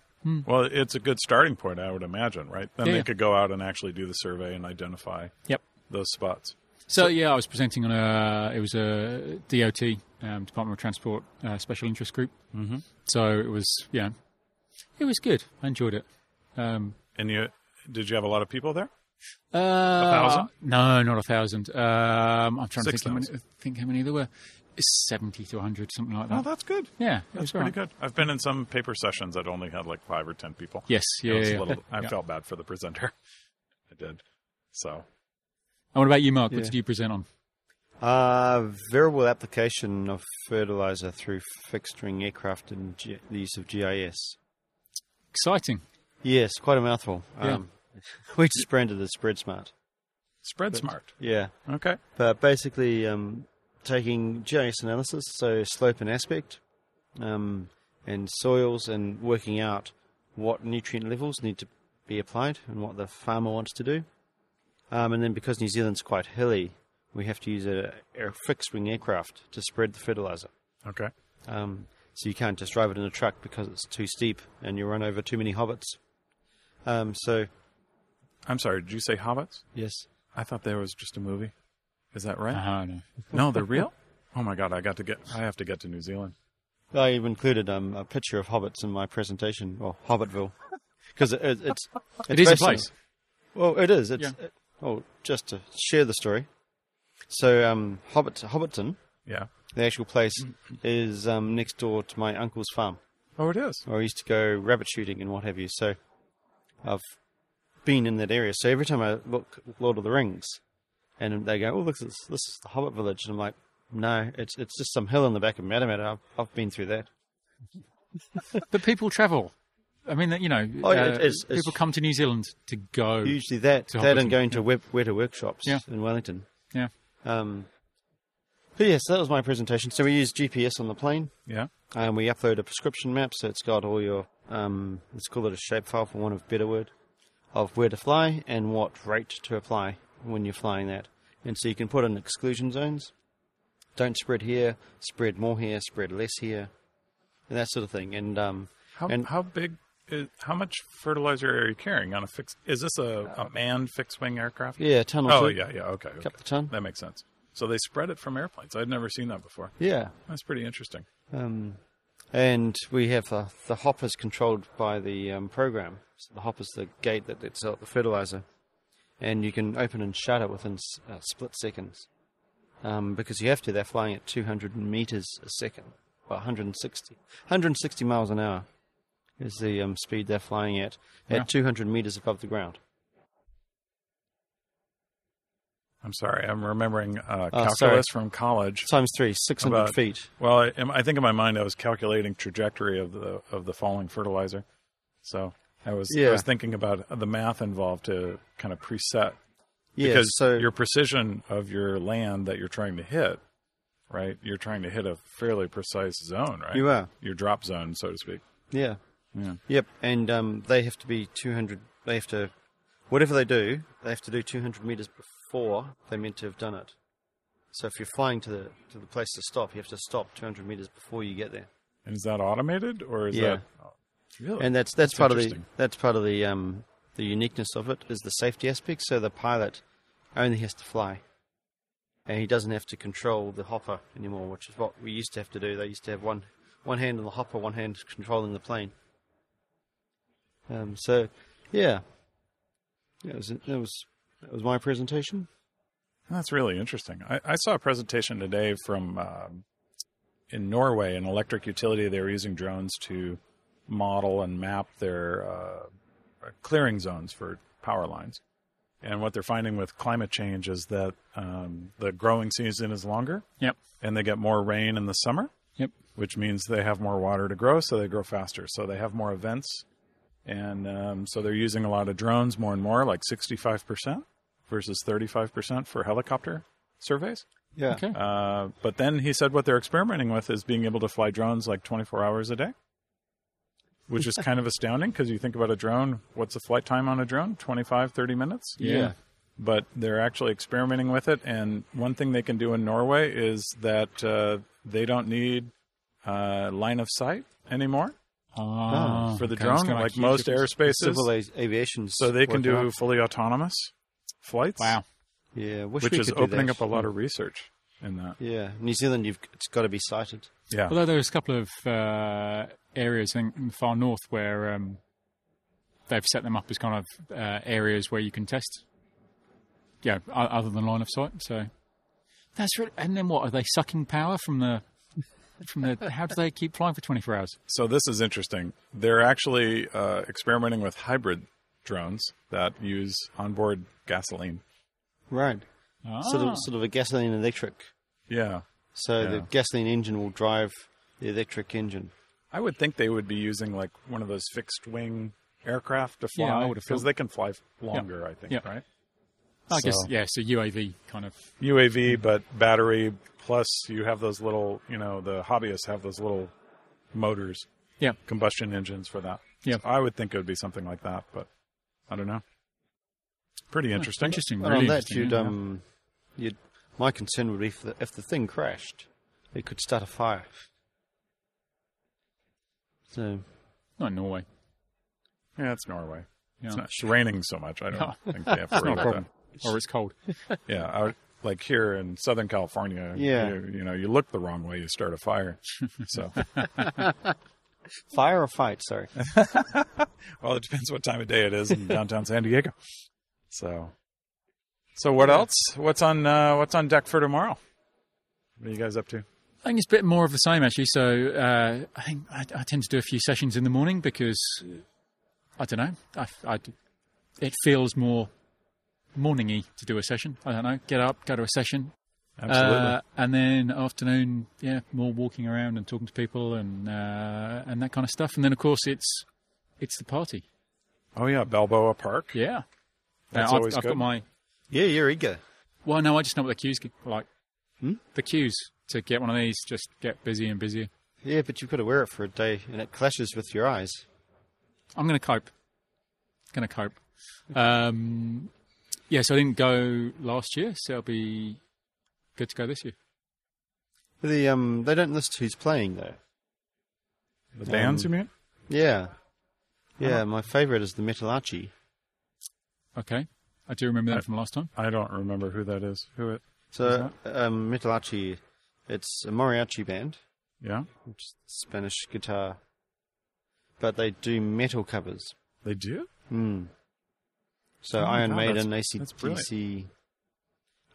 Well, it's a good starting point, I would imagine, right? Then Yeah, they yeah. could go out and actually do the survey and identify Yep. those spots. So yeah, I was presenting on a it was a DOT um, Department of Transport uh, Special Interest Group. Mm-hmm. So it was yeah, it was good. I enjoyed it. Um, And you did you have a lot of people there? uh, thousand? No, not a thousand. Um, I'm trying Six to think how, many, thousand. think how many there were. It's Seventy to hundred, something like that. Oh, that's good. yeah, it That's was pretty alright. good. I've been in some paper sessions that only had like five or ten people. Yes, yeah. It was a yeah. little- I Yeah. felt bad for the presenter. I did. So And what about you, Mark? Yeah. What did you present on? Uh, variable application of fertilizer through fixed-wing aircraft and G- the use of GIS. Exciting. Yes, quite a mouthful. Yeah. Um, we just branded it SpreadSmart. spread smart. Yeah, Okay. but basically um, taking GIS analysis, so slope and aspect, um, and soils, and working out what nutrient levels need to be applied and what the farmer wants to do. Um, and then because New Zealand's quite hilly, we have to use a, a fixed wing aircraft to spread the fertilizer. Okay. Um, so you can't just drive it in a truck because it's too steep and you run over too many hobbits. Um, so I'm sorry. Did you say hobbits? yes, I thought there was just a movie. Is that right? Uh, Oh, no. No, they're real. Oh my god! I got to get. I have to get to New Zealand. I have included um, a picture of hobbits in my presentation, or Hobbitville, because it, it, it's, it's It is a based on- place. Well, it is. It's it- oh, just to share the story. So um, Hobbit Hobbiton, Yeah. the actual place, Mm. is um, next door to my uncle's farm. Oh, it is. where I used to go rabbit shooting and what have you. So I've been in that area. So every time I look at Lord of the Rings, and they go, "Oh, look, this, this is the Hobbit village," and I'm like, "No, it's it's just some hill in the back of Matamata. I've, I've been through that." But people travel. I mean, you know, Oh, yeah, uh, it's- it's- people come to New Zealand to go. Usually that, To that Hobbiton, and going to web, Weta workshops Yeah. in Wellington. Yeah. Um, but yes, that was my presentation. So we use GPS on the plane. Yeah. and we upload a prescription map, so it's got all your um, let's call it a shapefile for want of a better word of where to fly and what rate to apply when you're flying that, and so you can put in exclusion zones. Don't spread here, spread more here, spread less here, and that sort of thing. And um, How and how big? Is, how much fertilizer are you carrying on a fixed? Is this a, a manned fixed wing aircraft? yeah, tunnel. Oh yeah, yeah. Okay, okay. Couple ton. That makes sense. So they spread it from airplanes. I'd never seen that before. yeah. That's pretty interesting. Um, and we have the, the hoppers controlled by the um, program. So the hopper's the gate that lets out the fertilizer. And you can open and shut it within s- uh, split seconds. Um, because you have to, they're flying at 200 meters a second, or 160, 160 miles an hour is the um, speed they're flying at, at Yeah. 200 meters above the ground. I'm sorry. I'm remembering uh, Oh, calculus sorry. from college. Times three, 600 about- feet. Well, I, am- I think in my mind I was calculating trajectory of the of the falling fertilizer. So I was I Yeah. was thinking about the math involved to kind of preset Yeah, because so your precision of your land that you're trying to hit, right? You're trying to hit a fairly precise zone, right? You are. your drop zone, so to speak. Yeah. Yeah. Yep. And um, they have to be 200. They have to, whatever they do, they have to do 200 meters before they meant to have done it. So if you're flying to the to the place to stop, you have to stop 200 meters before you get there. And is that automated or is Yeah. that oh, really? And that's that's, part of the interesting. that's part of the um, the uniqueness of it is the safety aspect. So the pilot only has to fly, and he doesn't have to control the hopper anymore, which is what we used to have to do. They used to have one one hand on the hopper, one hand controlling the plane. Um, so, yeah, yeah, it was that was that was my presentation. That's really interesting. I, I saw a presentation today from um, in Norway, an electric utility. They were using drones to model and map their uh, clearing zones for power lines. And what they're finding with climate change is that um, the growing season is longer, Yep. and they get more rain in the summer, Yep. which means they have more water to grow, so they grow faster. So they have more events, and um, so they're using a lot of drones more and more, like 65% versus 35% for helicopter surveys. Yeah, Okay. Uh, but then he said what they're experimenting with is being able to fly drones like 24 hours a day, which is kind of astounding because you think about a drone, what's the flight time on a drone? 25, 30 minutes? Yeah. But they're actually experimenting with it. And one thing they can do in Norway is that uh, they don't need uh, line of sight anymore Oh, Ah, for okay, the it's drone, kinda like huge most difference. airspaces. civil a- aviation. So they can do fully autonomous flights, Wow. Yeah, wish which we is could do opening that. up a lot of research in that. Yeah, New Zealand, you've it's got to be sighted. Yeah. Although there was a couple of uh, areas in, in the far north where um, they've set them up as kind of uh, areas where you can test, yeah, o- other than line of sight. So that's really. And then what are they sucking power from the from the? How do they keep flying for twenty four hours? So this is interesting. They're actually uh, experimenting with hybrid drones that use onboard gasoline. Right. Ah, Sort of sort of a gasoline electric Yeah, So Yeah. the gasoline engine will drive the electric engine. I would think they would be using like one of those fixed wing aircraft to Yeah, I fly would have because thought. they can fly longer. I think Yeah. right. I guess so- yeah. So UAV kind of UAV, but battery plus you have those little, you know, the hobbyists have those little motors, yeah. combustion engines for that. Yeah. So I would think it would be something like that, but I don't know. Pretty interesting. Interesting. Well, really on that, interesting, you'd, yeah. um, you'd, my concern would be if the, if the thing crashed, it could start a fire. So, not in Norway. Yeah, it's Norway. It's Yeah. not it's raining so much. I don't think they have to It's worry not a about problem, that. or it's cold. Yeah, out, like here in Southern California, Yeah. you, you know, you look the wrong way, you start a fire. So, fire or fight, sorry. well, it depends what time of day it is in downtown San Diego. So, so what else? What's on uh, What's on deck for tomorrow? What are you guys up to? I think it's a bit more of the same actually. So uh, I think I, I tend to do a few sessions in the morning because uh, I don't know. I, I- it feels more morningy to do a session. I don't know. Get up, go to a session, Absolutely. Uh, and then afternoon, yeah, more walking around and talking to people and uh, and that kind of stuff. And then of course it's It's the party. Oh yeah, Balboa Park. Yeah. That's Now, I've, always I've good. got my. Yeah, you're eager. Well, no, I just know what the queues get like. Hmm? The queues to get one of these just get busier and busier. Yeah, but you've got to wear it for a day, and it clashes with your eyes. I'm going to cope. Going to cope. Um, yeah, so I didn't go last year, so it'll be good to go this year. The um, they don't list who's playing though. The bands, you mean? Yeah, yeah. My favourite is the Metalachi. Okay. I do remember that from last time. I don't remember who that is. Who it? So um, Metalachi, it's a mariachi band, Yeah, which is Spanish guitar, but they do metal covers. they do. So Hmm. Oh, Iron wow, Maiden, that's- that's ACDC.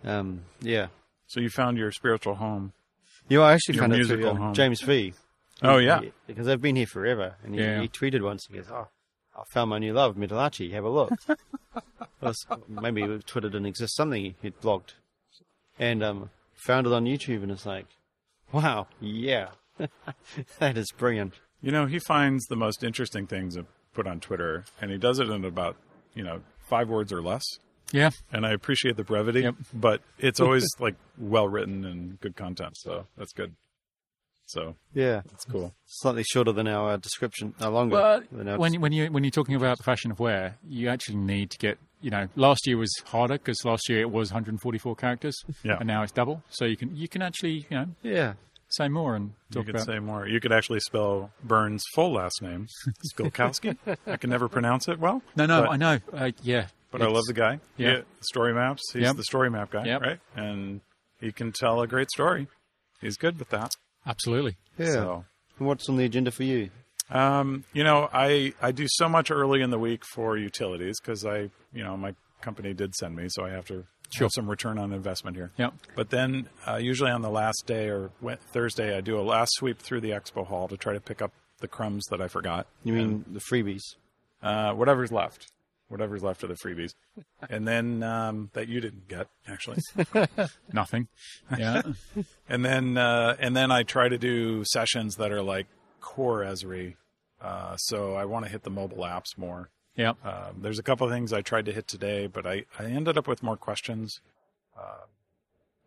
Um, yeah. So you found your spiritual home. You know, I actually Your found it musical through um, home. James V. Oh yeah, Because they've been here forever. And he, Yeah. he tweeted once, he goes, Oh, I found my new love, Metalachi, have a look. Well, s- maybe Twitter didn't exist, something he'd blogged. And um, found it on YouTube, and it's like, wow, yeah. that is brilliant. you know he finds the most interesting things to put on Twitter, and he does it in about you know five words or less. Yeah. And I appreciate the brevity, Yep. but it's always like well written and good content. So that's good. So Yeah. it's cool. Slightly shorter than our uh, description, uh, longer But than our when you- when you when you're talking about the fashion of wear, you actually need to get you know last year was harder because last year it was 144 characters, Yeah. and now it's double. So you can you can actually you know Yeah. say more and You talk could about. say more. You could actually spell Burns' full last name, Skolkowski. I can never pronounce it well. no, no, but, I know. Uh, yeah, But I love the guy. Yeah. story maps. He's Yep. the story map guy, Yep. right? And he can tell a great story. He's good with that. absolutely. Yeah. So, And what's on the agenda for you? um, you know, I I do so much early in the week for utilities because I, you know, my company did send me, so I have to Sure. have some return on investment here. Yep. But then, uh, usually on the last day or Wed- Thursday, I do a last sweep through the expo hall to try to pick up the crumbs that I forgot. You mean Um, the freebies? uh, whatever's left, whatever's left of the freebies, and then um, that you didn't get actually, Nothing. Yeah, and then uh, and then I try to do sessions that are like core Esri. Uh, so I want to hit the mobile apps more. yeah. Um, there's a couple of things I tried to hit today, but I, I ended up with more questions uh,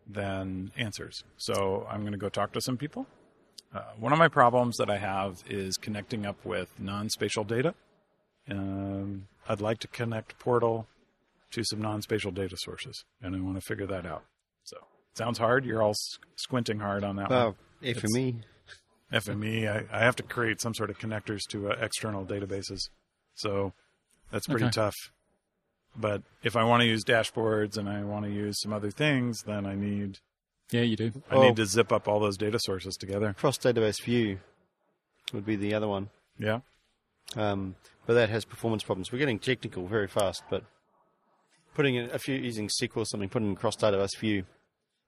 than answers. So I'm going to go talk to some people. Uh, one of my problems that I have is connecting up with non spatial data. Um, I'd like to connect Portal to some non spatial data sources, and I want to figure that out. So sounds hard. You're all s- squinting hard uh-huh. on that one. Oh, yeah, for me. FME. E. I, I have to create some sort of connectors to uh, external databases. So that's pretty Okay. tough. But if I want to use dashboards and I want to use some other things, then I need Yeah, you do. I Oh. need to zip up all those data sources together. Cross database view would be the other one. Yeah. Um, but that has performance problems. We're getting technical very fast, but putting in, if you're using SQL or something, put in cross database view.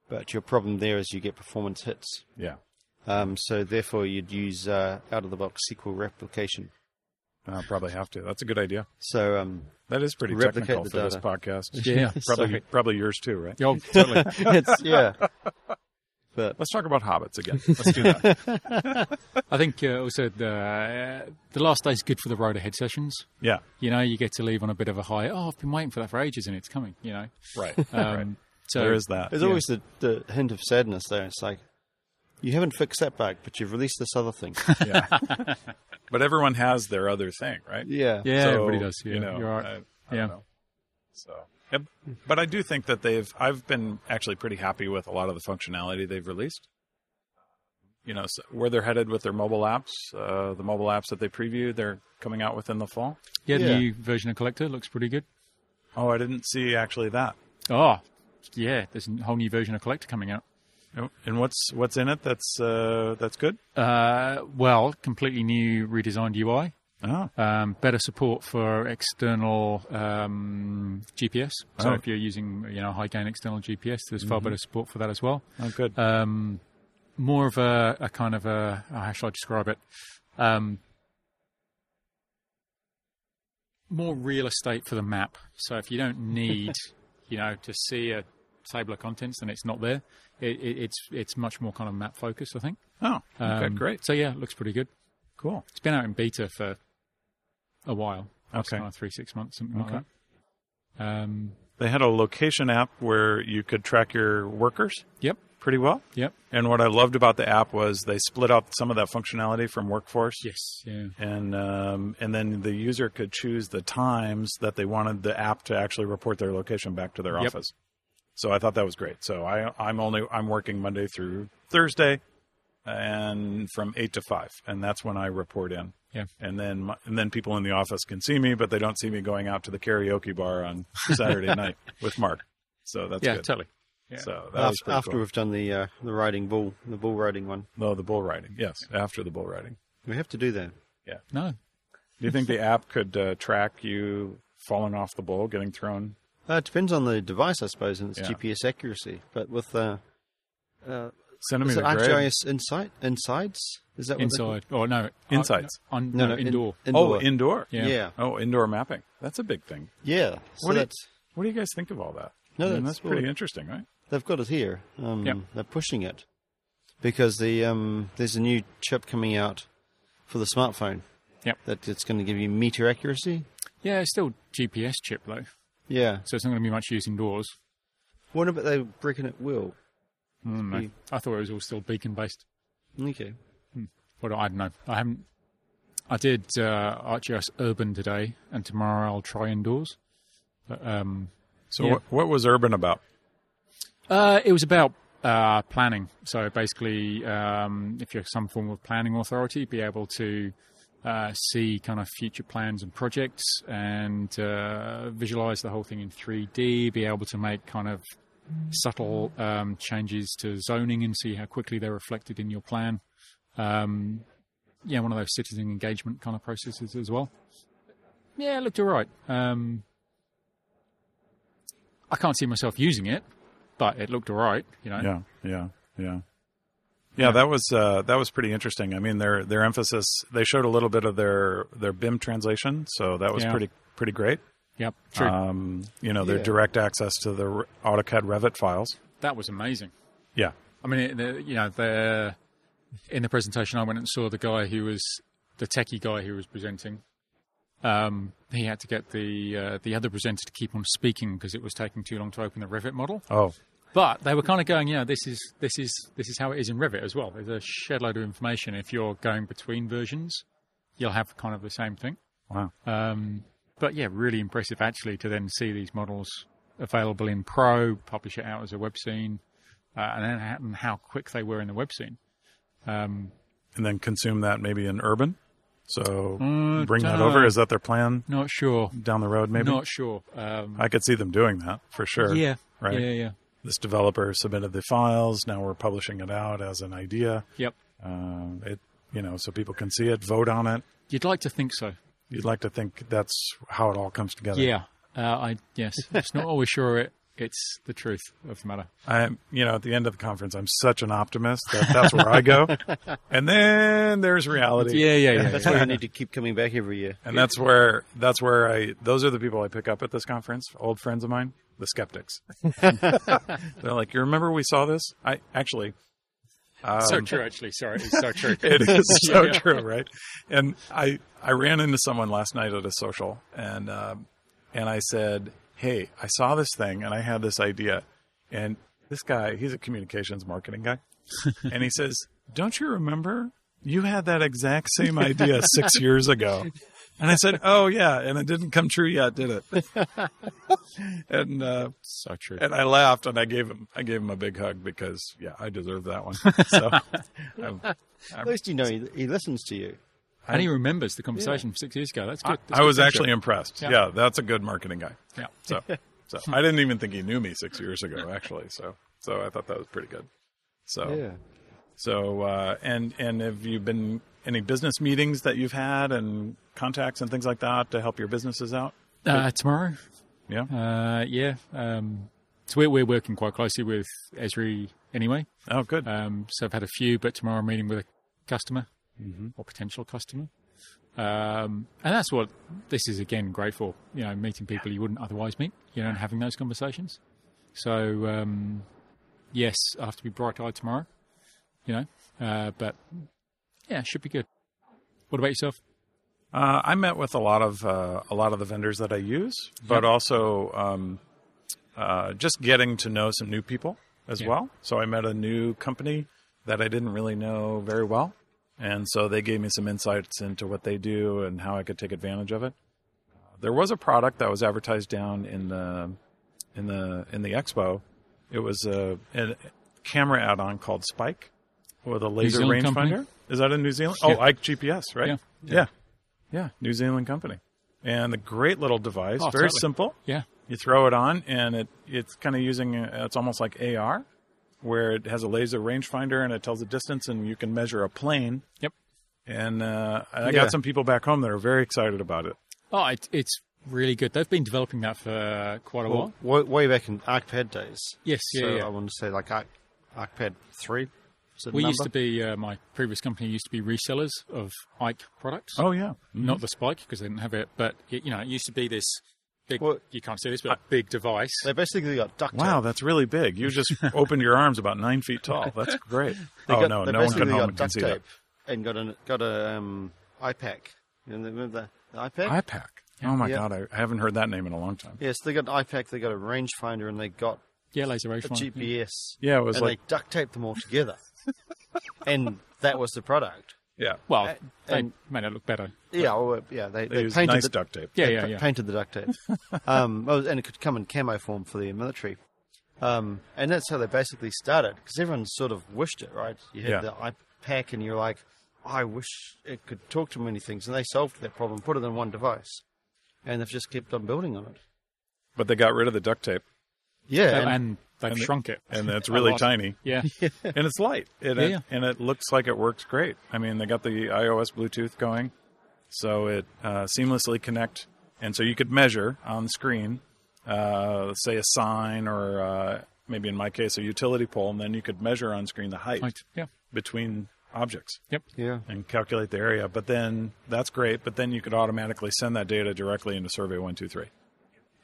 But your problem there is you get performance hits. Yeah. Um, so therefore, you'd use uh, out of the box SQL replication. I'll probably have to. That's a good idea. So um, That is pretty Replicate technical the for this data. podcast. Yeah, Probably probably yours too, right? yeah, oh, totally. it's yeah. But Let's talk about hobbits again. Let's do that. I think uh, also the uh, the last day's good for the road ahead sessions. yeah. You know, you get to leave on a bit of a high. Oh, I've been waiting for that for ages, and it's coming. You know, Right. um, right. so There is that. there's always the, the hint of sadness there. It's like you haven't fixed that bug, but you've released this other thing. Yeah. but everyone has their other thing, right? yeah. Yeah, So, everybody does. Yeah, you know, uh, are I- I right. don't yeah, know. So, yep. but I do think that they've. I've been actually pretty happy with a lot of the functionality they've released. You know, so where they're headed with their mobile apps, uh, the mobile apps that they previewed, they're coming out within the fall. yeah. The Yeah. new version of Collector looks pretty good. Oh, I didn't see actually that. Oh, yeah. There's a whole new version of Collector coming out. Oh, And what's what's in it? That's uh, that's good. Uh, well, completely new redesigned UI. Oh, Um, better support for external um, GPS. So Oh. Mm-hmm. if you're using you know high gain external GPS, there's far better support for that as well. oh good. um, more of a, a kind of a oh, how shall I describe it? Um, more real estate for the map. So if you don't need, you know, to see a table of contents, then it's not there. It, it, it's it's much more kind of map focused, I think. oh, okay, Um, great, So yeah, it looks pretty good. cool. It's been out in beta for a while. That's Okay. kind of three, six months, something like Okay. that. Um, They had a location app where you could track your workers yep, pretty well. yep, And what I loved about the app was they split out some of that functionality from workforce. yes, yeah, And um, and then the user could choose the times that they wanted the app to actually report their location back to their Yep. office. So I thought that was great. So I I'm only I'm working Monday through Thursday, and from eight to five, and that's when I report in. yeah. And then my, and then people in the office can see me, but they don't see me going out to the karaoke bar on Saturday night with Mark. So that's yeah, good. totally. Yeah. So that was After, pretty after cool. we've done the uh, the riding bull, the bull riding one, No, the bull riding. Yes, after the bull riding. we have to do that. Yeah. No, Do you think the app could uh, track you falling off the bull, getting thrown? Uh, it depends on the device, I suppose, and its Yeah. GPS accuracy. But with uh, uh, is Centimeter it grade. ArcGIS Insight Insides? Is that what they're called? inside or no Insights. On, on, No, no, in- indoor. Oh, indoor. indoor. Yeah. yeah, Oh, indoor mapping. That's a big thing. yeah. So What do you- that's, What do you guys think of all that? No, I mean, that's that's pretty cool. interesting, right? they've got it here. Um, Yep. They're pushing it because the um, there's a new chip coming out for the smartphone. Yep. That it's going to give you meter accuracy. Yeah, it's still GPS chip though, Yeah. so it's not going to be much use indoors. What about they reckon it will? Mm, Be- I, I thought it was all still beacon based. Okay. Well, I don't know. I haven't. I did uh, ArcGIS Urban today, and tomorrow I'll try indoors. But, um, So, Yeah. what, what was Urban about? Uh, it was about uh, planning. So basically, um, if you're some form of planning authority, be able to uh, see kind of future plans and projects and uh, visualize the whole thing in 3D, be able to make kind of subtle um, changes to zoning and see how quickly they're reflected in your plan. Um, yeah, one of those citizen engagement kind of processes as well. Yeah, it looked all right. Um, I can't see myself using it, but it looked all right, you know. Yeah, yeah, yeah. Yeah, that was uh, that was pretty interesting. I mean, their their emphasis they showed a little bit of their their BIM translation, so that was Yeah. pretty pretty great. Yep, true. Um, you know, their Yeah. direct access to the R- AutoCAD Revit files. that was amazing. Yeah, I mean, it, the, you know, the, in the presentation, I went and saw the guy who was the techie guy who was presenting. Um, he had to get the uh, the other presenter to keep on speaking because it was taking too long to open the Revit model. Oh, But they were kind of going, you know, this is this is this is how it is in Revit as well. There's a shed load of information. If you're going between versions, you'll have kind of the same thing. wow. Um, but yeah, really impressive actually to then see these models available in Pro, publish it out as a web scene, uh, and then how, and how quick they were in the web scene. and then consume that maybe in urban. So Mm, bring that dunno. over. Is that their plan Not sure. down the road? Maybe Not sure. Um, I could see them doing that for sure. yeah. Right. Yeah. Yeah. This developer submitted the files. Now we're publishing it out as an idea. Yep. Um, it you know so people can see it, vote on it. You'd like to think so. You'd like to think that's how it all comes together. Yeah. Uh, I yes. It's not always sure. It it's the truth of the matter. I you know at the end of the conference, I'm such an optimist that that's where I go. And then there's reality. Yeah. Yeah. Yeah. That's why you need to keep coming back every year. And that's where that's where I those are the people I pick up at this conference, old friends of mine, the skeptics. They're like, "You remember we saw this?" I actually so true. Actually, sorry, it's so true. it is so true, right? And I I ran into someone last night at a social, and um, and I said, "Hey, I saw this thing, and I had this idea." And this guy, he's a communications marketing guy, and he says, "Don't you remember you had that exact same idea six years ago?" And I said, "Oh yeah," and it didn't come true yet, did it? and uh, so true. and I laughed and I gave him I gave him a big hug because yeah, I deserve that one. So um, I'm- At least you know he, he listens to you. And he remembers the conversation from six years ago. That's good. That's I good was friendship. actually impressed. Yeah. Yeah. that's a good marketing guy. Yeah. So, so I didn't even think he knew me six years ago, actually. So, so I thought that was pretty good. Oh. So, so uh, and and have you been any business meetings that you've had and contacts and things like that to help your businesses out? Uh, tomorrow, Yeah. uh, yeah. Um, so we're, we're working quite closely with Esri anyway. oh, good. Um, so I've had a few, but tomorrow I'm meeting with a customer or potential customer. Um, and that's what this is again great for, you know, meeting people you wouldn't otherwise meet, you know, and having those conversations. So, um, yes, I have to be bright eyed tomorrow, you know, uh, but yeah, it should be good. What about yourself? Uh, I met with a lot of uh, a lot of the vendors that I use, but also um, uh, just getting to know some new people as Yeah. well. So I met a new company that I didn't really know very well, and so they gave me some insights into what they do and how I could take advantage of it. Uh, There was a product that was advertised down in the in the in the expo. It was a, a camera add-on called Spike with a laser Zealand company? rangefinder. Is that in New Zealand? Yeah. Oh, Ike GPS, right? Yeah. Yeah. yeah. New Zealand company. And a great little device, Oh, very totally. simple. Yeah. You throw it on and it it's kind of using uh, it's almost like AR where it has a laser rangefinder and it tells the distance and you can measure a plane. Yep. And uh, I Yeah. got some people back home that are very excited about it. Oh, it, it's really good. They've been developing that for quite a while. Way, way back in ArcPad days. Yes, yeah, so yeah. I want to say like Arc, ArcPad three. Is it We number? used to be, uh, my previous company used to be resellers of Ike products. Oh yeah. Not the Spike because they didn't have it, but it, you know, it used to be this big, Well, you can't see this, but a big device. They basically got duct tape. Wow, that's really big. You just opened your arms about nine feet tall. That's great. They oh got, no, they no one basically can home got and can duct see tape and got an got a um, iPack. You know, remember the, the iPack? that. IPAC. Oh my Yeah. god, I, I haven't heard that name in a long time. yes, they got an iPack. They got a rangefinder and they got yeah, laser a rangefinder. yeah. GPS. Yeah, it was and like they duct taped them all together, and that was the product. yeah. Well, A- they and- made it look better. Yeah, well, yeah. They, They they, use painted nice the, duct tape. Yeah, they yeah, pa- yeah. painted the duct tape. um, well, and it could come in camo form for the military. Um, and that's how they basically started because everyone sort of wished it, right? You had Yeah. the iPack, and you're like, I wish it could talk to many things, and they solved that problem, put it in one device, and they've just kept on building on it. But they got rid of the duct tape, Yeah, and, and- they've and the- shrunk it. and it's A really lot. tiny, Yeah. and it's light, and, Yeah. it, and it looks like it works great. I mean, they got the iOS Bluetooth going, so it uh, seamlessly connect, and so you could measure on screen, uh, say a sign or uh, maybe in my case a utility pole, and then you could measure on screen the height Right. Yeah. between objects. Yep. yeah. and calculate the area. But then that's great. But then you could automatically send that data directly into Survey One Two Three,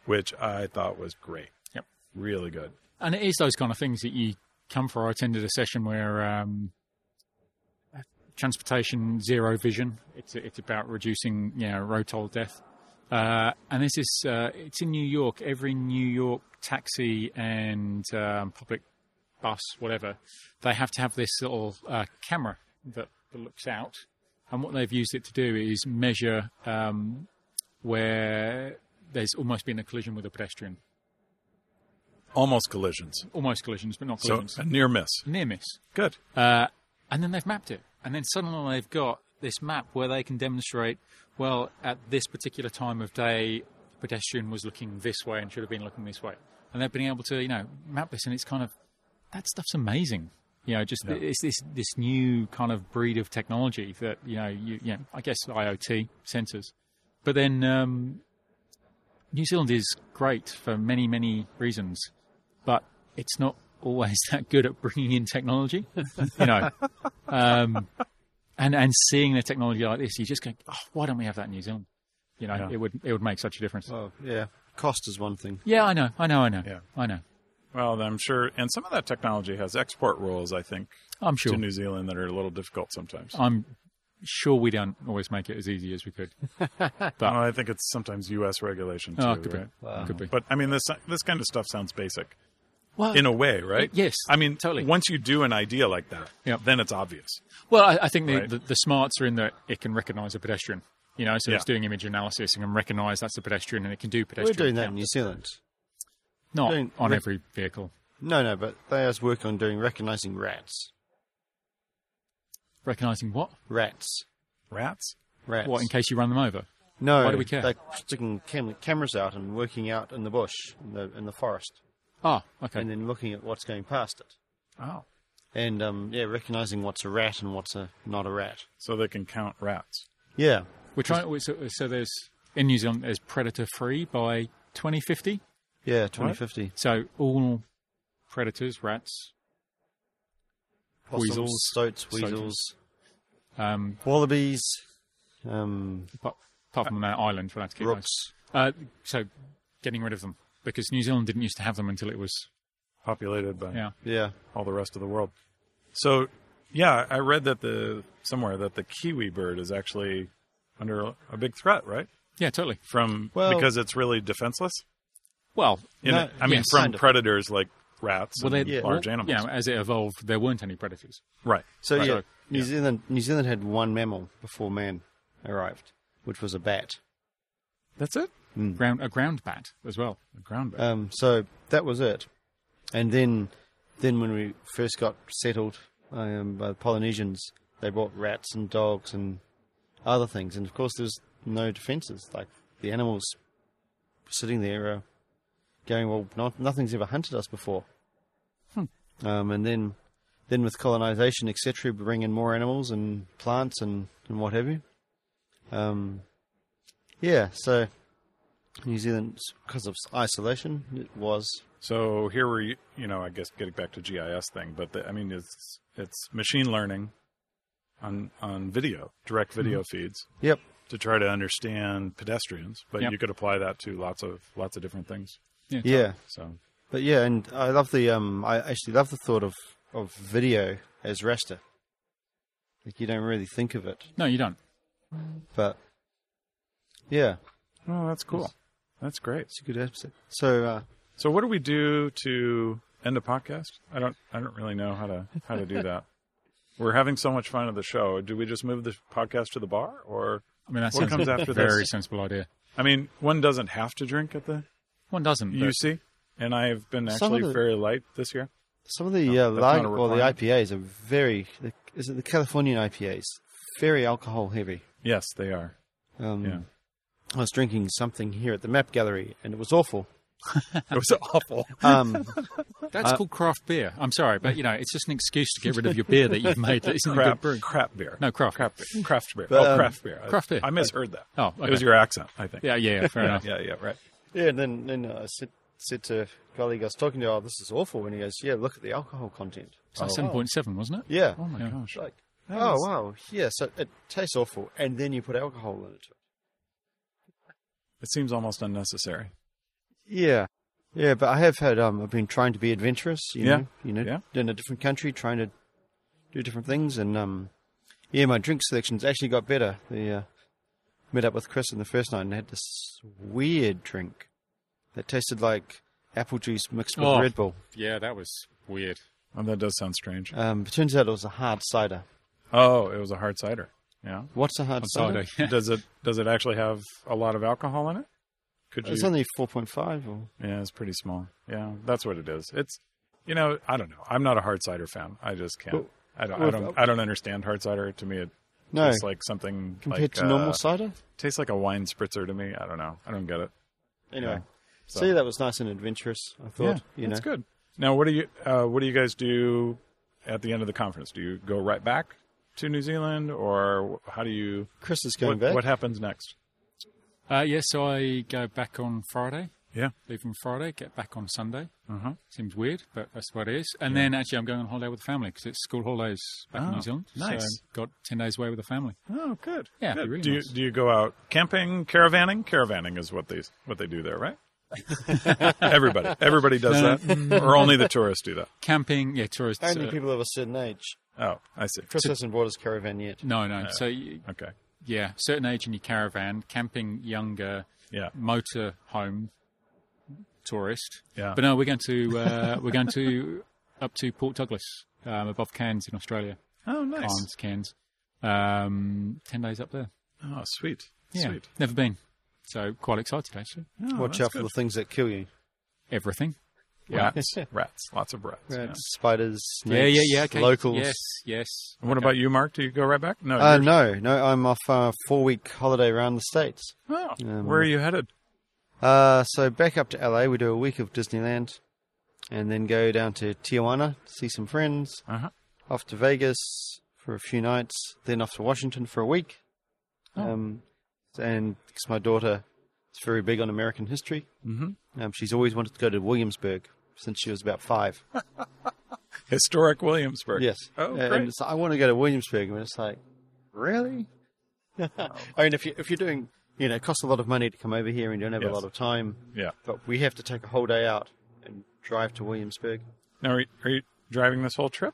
which I thought was great. Yep. really good. And it is those kind of things that you come for. I attended a session where um, transportation zero vision. It's it's about reducing you know, road toll death. Uh, and this is uh, it's in New York. Every New York taxi and um, public bus, whatever, they have to have this little uh, camera that, that looks out. And what they've used it to do is measure um, where there's almost been a collision with a pedestrian, Almost collisions, almost collisions, but not so collisions. a near miss. near miss. Good. Uh, and then they've mapped it. And then suddenly they've got this map where they can demonstrate, well, at this particular time of day, the pedestrian was looking this way and should have been looking this way. And they've been able to, you know, map this. And it's kind of, that stuff's amazing. You know, just it's this this new kind of breed of technology that you know, you, you know, I guess IoT sensors, but then um, New Zealand is great for many many reasons but it's not always that good at bringing in technology, you know. Um, and and seeing the technology like this, you just go, oh, why don't we have that in New Zealand? You know, Yeah. it would it would make such a difference. Oh, yeah. Cost is one thing. yeah, I know, I know, I know, Yeah. I know. Well, I'm sure, and some of that technology has export rules. I think I'm sure. Oh. to New Zealand that are a little difficult sometimes. I'm sure we don't always make it as easy as we could. Uh, I think it's sometimes U.S. regulation too. Oh, it could right? be, could be. But I mean, this this kind of stuff sounds basic well, in a way, right? yes, I mean, totally. Once you do an idea like that, Yep. then it's obvious. Well, I, I think the, Right. the, the smarts are in that it can recognise a pedestrian. You know, so it's Yeah. doing image analysis and can recognise that's a pedestrian, and it can do pedestrian. We're doing that in count. New Zealand. not doing- on re- every vehicle. No, no, but they us work on doing recognising rats. Recognising what? Rats. Rats. Rats. What in case you run them over? No. Why do we care? They're sticking cam- cameras out and working out in the bush, in the, in the forest, Ah, okay. and then looking at what's going past it. Oh, And, um, yeah, recognizing what's a rat and what's a not a rat. so they can count rats. Yeah. We're trying. we- So, so there's in New Zealand there's predator free by 2050. Yeah, 2050. So all predators, rats, Possums, Weasels. Stoats, Stoats. weasels, um, wallabies, um, apart, apart from that island, we'll have to keep those. rooks. Uh, so getting rid of them because New Zealand didn't used to have them until it was populated by yeah. Yeah. all the rest of the world. So, yeah, I read that the somewhere that the kiwi bird is actually under a big threat, right? Yeah, totally. From Well- because it's really defenseless. Well, In No, it. I mean, yes. from Kind of. predators like rats well, and they- large well, animals. Yeah, as it evolved, there weren't any predators. Right. So Right. yeah, New Zealand New Zealand had one mammal before man arrived, which was a bat. That's it. Ground a ground bat as well. The ground bat. Um, so that was it. And then, then when we first got settled um, by the Polynesians, they brought rats and dogs and other things. And of course, there's no defences. Like the animals sitting there, uh, going, "Well, not, nothing's ever hunted us before." Um, and then, then with colonisation, etc., we bring in more animals and plants and, and what have you. Um, yeah, so New Zealand, because of isolation, it was So here we're you know I guess getting back to GIS thing, but the, I mean it's it's machine learning on on video, direct video feeds yep, to try to understand pedestrians, but Yep. you could apply that to lots of lots of different things. yeah. So But yeah, and I love the um, I actually love the thought of of video as raster. Like you don't really think of it, No, you don't. but yeah, oh, that's cool. That's great. it's a good episode. So uh, So what do we do to end a podcast? I don't I don't really know how to how to do that. We're having so much fun at the show. Do we just move the podcast to the bar or I mean, that What sounds comes a after this? very sensible idea. I mean, one doesn't have to drink at the One doesn't. but- UC, and I've been Some actually of the- very light this year. some of the No, uh, that's lager not a or the requirement. IPAs are very the, is it the Californian IPAs very alcohol heavy. Yes, they are. Um, Yeah. I was drinking something here at the Map Gallery, and it was awful. It was awful. Um, uh, That's called craft beer. I'm sorry, but you know, it's just an excuse to get rid of your beer that you've made that isn't a good crap, brew. crap beer. No, craft. crap beer. Craft beer. But, oh, um, craft beer. I- craft beer. I misheard that. Oh, okay. it was your accent, I think. Yeah, yeah, yeah, fair enough. yeah, yeah, right. Yeah, and then, then uh, I said, said to a colleague I was talking to, oh, this is awful. And he goes, yeah, look at the alcohol content. It's like seven point seven, wasn't it? Yeah. Oh my Yeah. gosh. Like, That oh, is- wow. Yeah, so it tastes awful. And then you put alcohol in it. It seems almost unnecessary. Yeah. Yeah, but I have had, um, I've been trying to be adventurous, you Yeah. know, you know, Yeah. in a different country, trying to do different things. And, um, yeah, my drink selections actually got better. The, uh, met up with Chris in the first night and had this weird drink that tasted like apple juice mixed with Oh. Red Bull. Yeah, that was weird. Oh, that does sound strange. Um, it turns out it was a hard cider. Oh, it was a hard cider. Yeah. What's a hard cider? Cider. Yeah. does it does it actually have a lot of alcohol in it? Could you? It's only 4.5 or yeah, it's pretty small. Yeah, that's what it is. It's you know I don't know. I'm not a hard cider fan. I just can't. Well, I don't. I well, uh, don't. I don't understand hard cider. To me, it no tastes like something compared like, to normal uh, cider. tastes like a wine spritzer to me. I don't know. I don't get it. Anyway, yeah, so. yeah, that was nice and adventurous. I thought, you know, that's good. Now, what do you uh, what do you guys do at the end of the conference? Do you go right back to New Zealand, or how do you? Chris is what, going back. What happens next? Uh, yeah, so I go back on Friday, Yeah. leave on Friday, get back on Sunday. Uh-huh. Seems weird, but that's what it is. And then actually, I'm going on holiday with the family because it's school holidays back Oh, in New Zealand. nice. So um, got ten days away with the family. Oh, good. Yeah, Good. it'd be really do nice. you do you go out camping, caravanning? Caravanning is what they what they do there, right? everybody, everybody does that, or only the tourists do that. Camping, yeah, tourists. Only uh, people of a certain age. Oh, I see. Chris hasn't bought his caravan yet. no, no. So you, Okay, yeah, certain age in your caravan, camping, younger, yeah, motor home tourist. Yeah. But no, we're going to uh, we're going to up to Port Douglas, um, above Cairns in Australia. Oh, nice. Cairns, Cairns. Um, ten days up there. Oh, sweet. Yeah. Sweet. Never been. So quite excited actually. Oh, Watch that's out for the things that kill you. Everything. good. rats. rats. Lots of rats. yeah. Rats, Uh, Spiders, snakes, yeah, yeah, yeah. Okay. locals. Yes, yes. What about you, Mark? Do you go right back? No. Uh, you're- no, no, I'm off a four week holiday around the States. Oh, Um, where are you headed? Uh, so back up to LA, we do a week of Disneyland and then go down to Tijuana, see some friends, Uh huh. off to Vegas for a few nights, then off to Washington for a week. Oh. Um, and because my daughter is very big on American history, mm-hmm. um, she's always wanted to go to Williamsburg since she was about five. Historic Williamsburg. yes. Oh, A- great. and it's like, I want to go to Williamsburg, and it's like, really? I mean, if you if you're doing, you know, it costs a lot of money to come over here, and you don't have Yes. a lot of time. yeah. But we have to take a whole day out and drive to Williamsburg. Now, are you, are you driving this whole trip?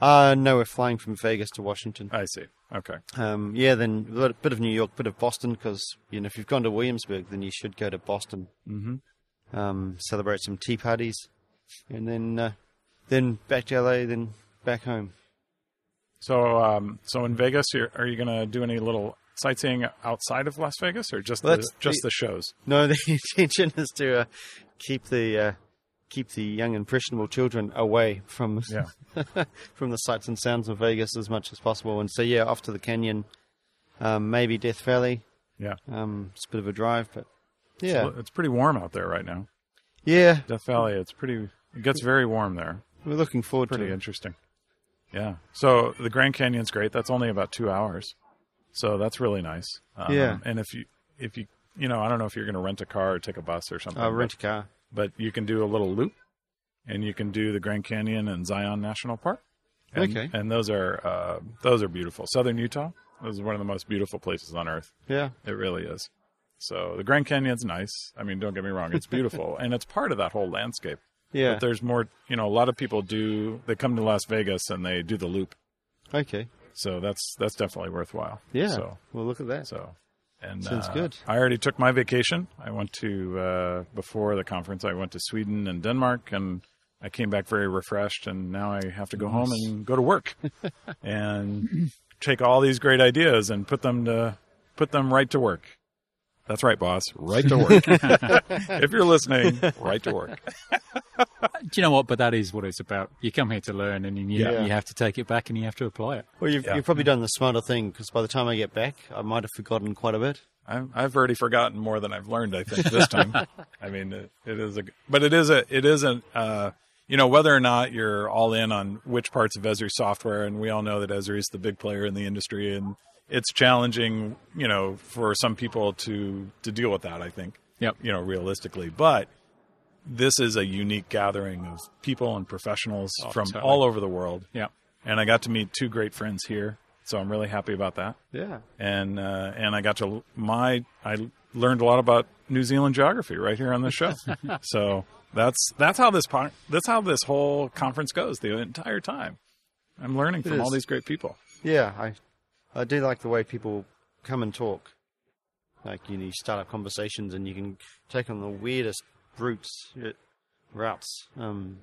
Uh, no, we're flying from Vegas to Washington. I see. Okay. Um, yeah, then a bit- bit of New York, bit of Boston, because you know if you've gone to Williamsburg, then you should go to Boston. Mhm. Um, celebrate some tea parties, and then uh, then back to LA, then back home. So, um, so in Vegas, you're, are you going to do any little sightseeing outside of Las Vegas, or just Well, the, that's just the- the shows? No, the intention is to uh, keep the uh, keep the young impressionable children away from Yeah. from the sights and sounds of Vegas as much as possible. And so yeah, off to the canyon, um, maybe Death Valley. Yeah. Um, it's a bit of a drive, but yeah, It's pretty warm out there right now. yeah, Death Valley. It's pretty. It gets very warm there. we're looking forward Pretty to it. interesting. Yeah. So the Grand Canyon's great. That's only about two hours, so that's really nice. Um, Yeah. And if you if you you know I don't know if you're going to rent a car or take a bus or something. Uh, but- rent a car. but you can do a little loop and you can do the Grand Canyon and Zion National Park. And, Okay. And those are uh, those are beautiful. Southern Utah is one of the most beautiful places on earth. Yeah, It really is. So the Grand Canyon's nice. I mean, don't get me wrong, it's beautiful and it's part of that whole landscape. yeah. But there's more, you know, a lot of people do they come to Las Vegas and they do the loop. Okay. So that's that's definitely worthwhile. Yeah. So Well, look at that. so, and Sounds uh, good. I already took my vacation. I went to uh, before the conference. I went to Sweden and Denmark, and I came back very refreshed. And now I have to go home and go to work, and take all these great ideas and put them to put them right to work. That's right, boss. Right to work. if you're listening, right to work. Uh, Do you know what? But that is what it's about. You come here to learn, and you, Yeah. you have to take it back and you have to apply it. Well, you've, Yeah. you've probably done the smarter thing because by the time I get back, I might have forgotten quite a bit. I'm, I've already forgotten more than I've learned. I think this time. I mean, it, it is a, but it is a, it isn't. Uh, you know, whether or not you're all in on which parts of Esri software, and we all know that Esri is the big player in the industry, and it's challenging. You know, for some people to to deal with that. I think. Yep. You know, realistically, but this is a unique gathering of people and professionals from totally. all over the world, Yeah. and I got to meet two great friends here, so I'm really happy about that Yeah. and uh, and I got to my I learned a lot about New Zealand geography right here on the show. so that's that's how this po- that's how this whole conference goes the entire time. I'm learning from all is. these great people. Yeah, I, I do like the way people come and talk. Like you, know, you start up conversations and you can take on the weirdest routes, uh, routes. Um,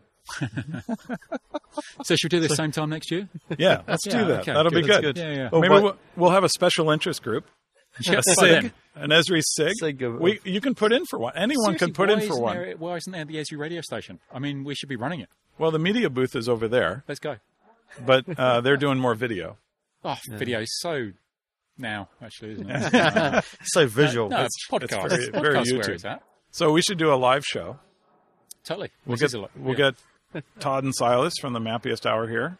So should we do this same time next year? Yeah, let's Yeah, do that. okay, That'll be good, good. that's good. Yeah, yeah. Maybe Well, we'll, we'll have a special interest group. Yeah, A SIG, an Esri SIG. SIG of- we, you can put in for one. Anyone can put in for one. There, why isn't there the Esri radio station? I mean, we should be running it. Well, the media booth is over there, Let's go. but uh, they're doing more video. Oh, video is so now, actually, isn't it? so visual. no, It's- it's podcast. very- podcast very where YouTube. it's at. So we should do a live show. Totally. We'll This get is a lot- we'll yeah. get Todd and Silas from the Mappiest Hour here,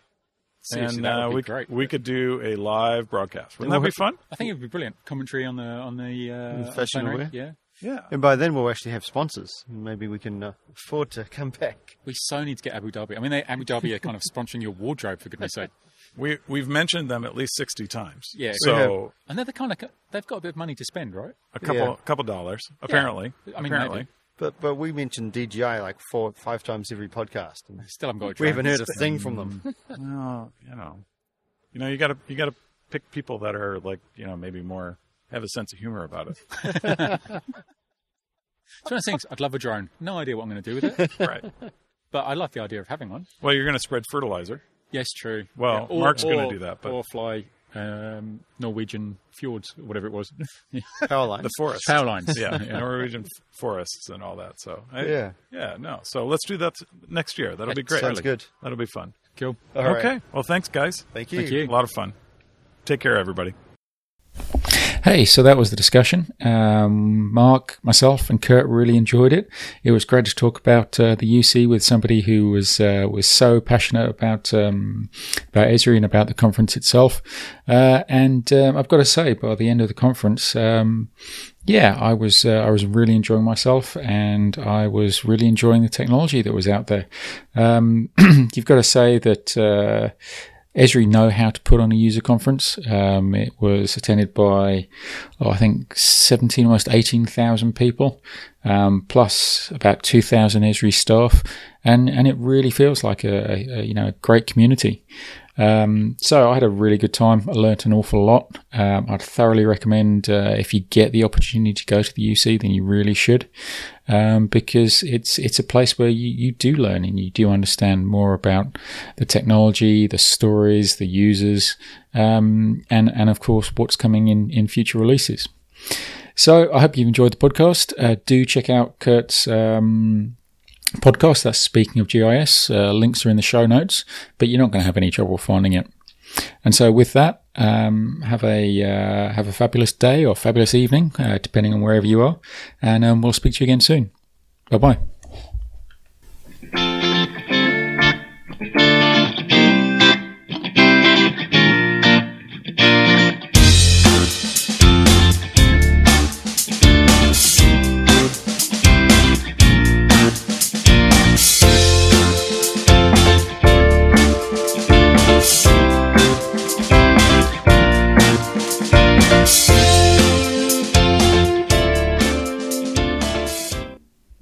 Seriously, and that would uh, be we great. we could do a live broadcast. Wouldn't that be fun? I think it would be brilliant commentary on the on the uh, Fashion plenary, aware. Yeah, Yeah. and by then we'll actually have sponsors. Maybe we can uh, afford to come back. we so need to get Abu Dhabi. I mean, they, Abu Dhabi are kind of sponsoring your wardrobe for goodness sake. We we've mentioned them at least sixty times. Yeah. So We have. And they're the kind of they've got a bit of money to spend, right? a couple Yeah. couple dollars apparently. I mean, apparently. maybe. But but we mentioned DJI like four five times every podcast, and Still haven't got. A we haven't drone. heard a thing from them. Well, you know, you know, you gotta you gotta pick people that are like you know maybe more have a sense of humor about it. It's one of those things. I'd love a drone. No idea what I'm going to do with it, right. but I love the idea of having one. Well, you're gonna spread fertilizer. Yes, true. Well, or- Mark's gonna or- do that, but- or fly um, Norwegian fjords, or whatever it was, Power lines. The forest. power lines. yeah, Norwegian f- forests and all that. So I- Yeah. yeah, no. So let's do that next year. That'll be great. Sounds good. That'll be fun. cool. All right. okay. Well, thanks, guys. Thank you. Thank you. A lot of fun. Take care, everybody. Hey, so that was the discussion. Um, Mark, myself, and Kurt really enjoyed it. It was great to talk about uh, the UC with somebody who was uh, was so passionate about um, about Esri and about the conference itself. Uh, and um, I've got to say, by the end of the conference, um, yeah, I was uh, I was really enjoying myself, and I was really enjoying the technology that was out there. Um, you've got to say that. Uh, Esri know how to put on a user conference. Um, it was attended by, oh, I think, 17, almost 18,000 people, um, plus about 2,000 Esri staff. And, and it really feels like a, a, a, you know, a great community. Um, so I had a really good time. I learnt an awful lot. Um, I'd thoroughly recommend uh, if you get the opportunity to go to the UC, then you really should, um, because it's it's a place where you, you do learn and you do understand more about the technology, the stories, the users, um, and and of course what's coming in in future releases. So I hope you've enjoyed the podcast. Uh, do check out Kurt's. Um, podcast. That's speaking of GIS. Uh, links are in the show notes, but you're not going to have any trouble finding it. And so, with that, um, have a uh, have a fabulous day or fabulous evening, uh, depending on wherever you are, and um, we'll speak to you again soon. Bye bye.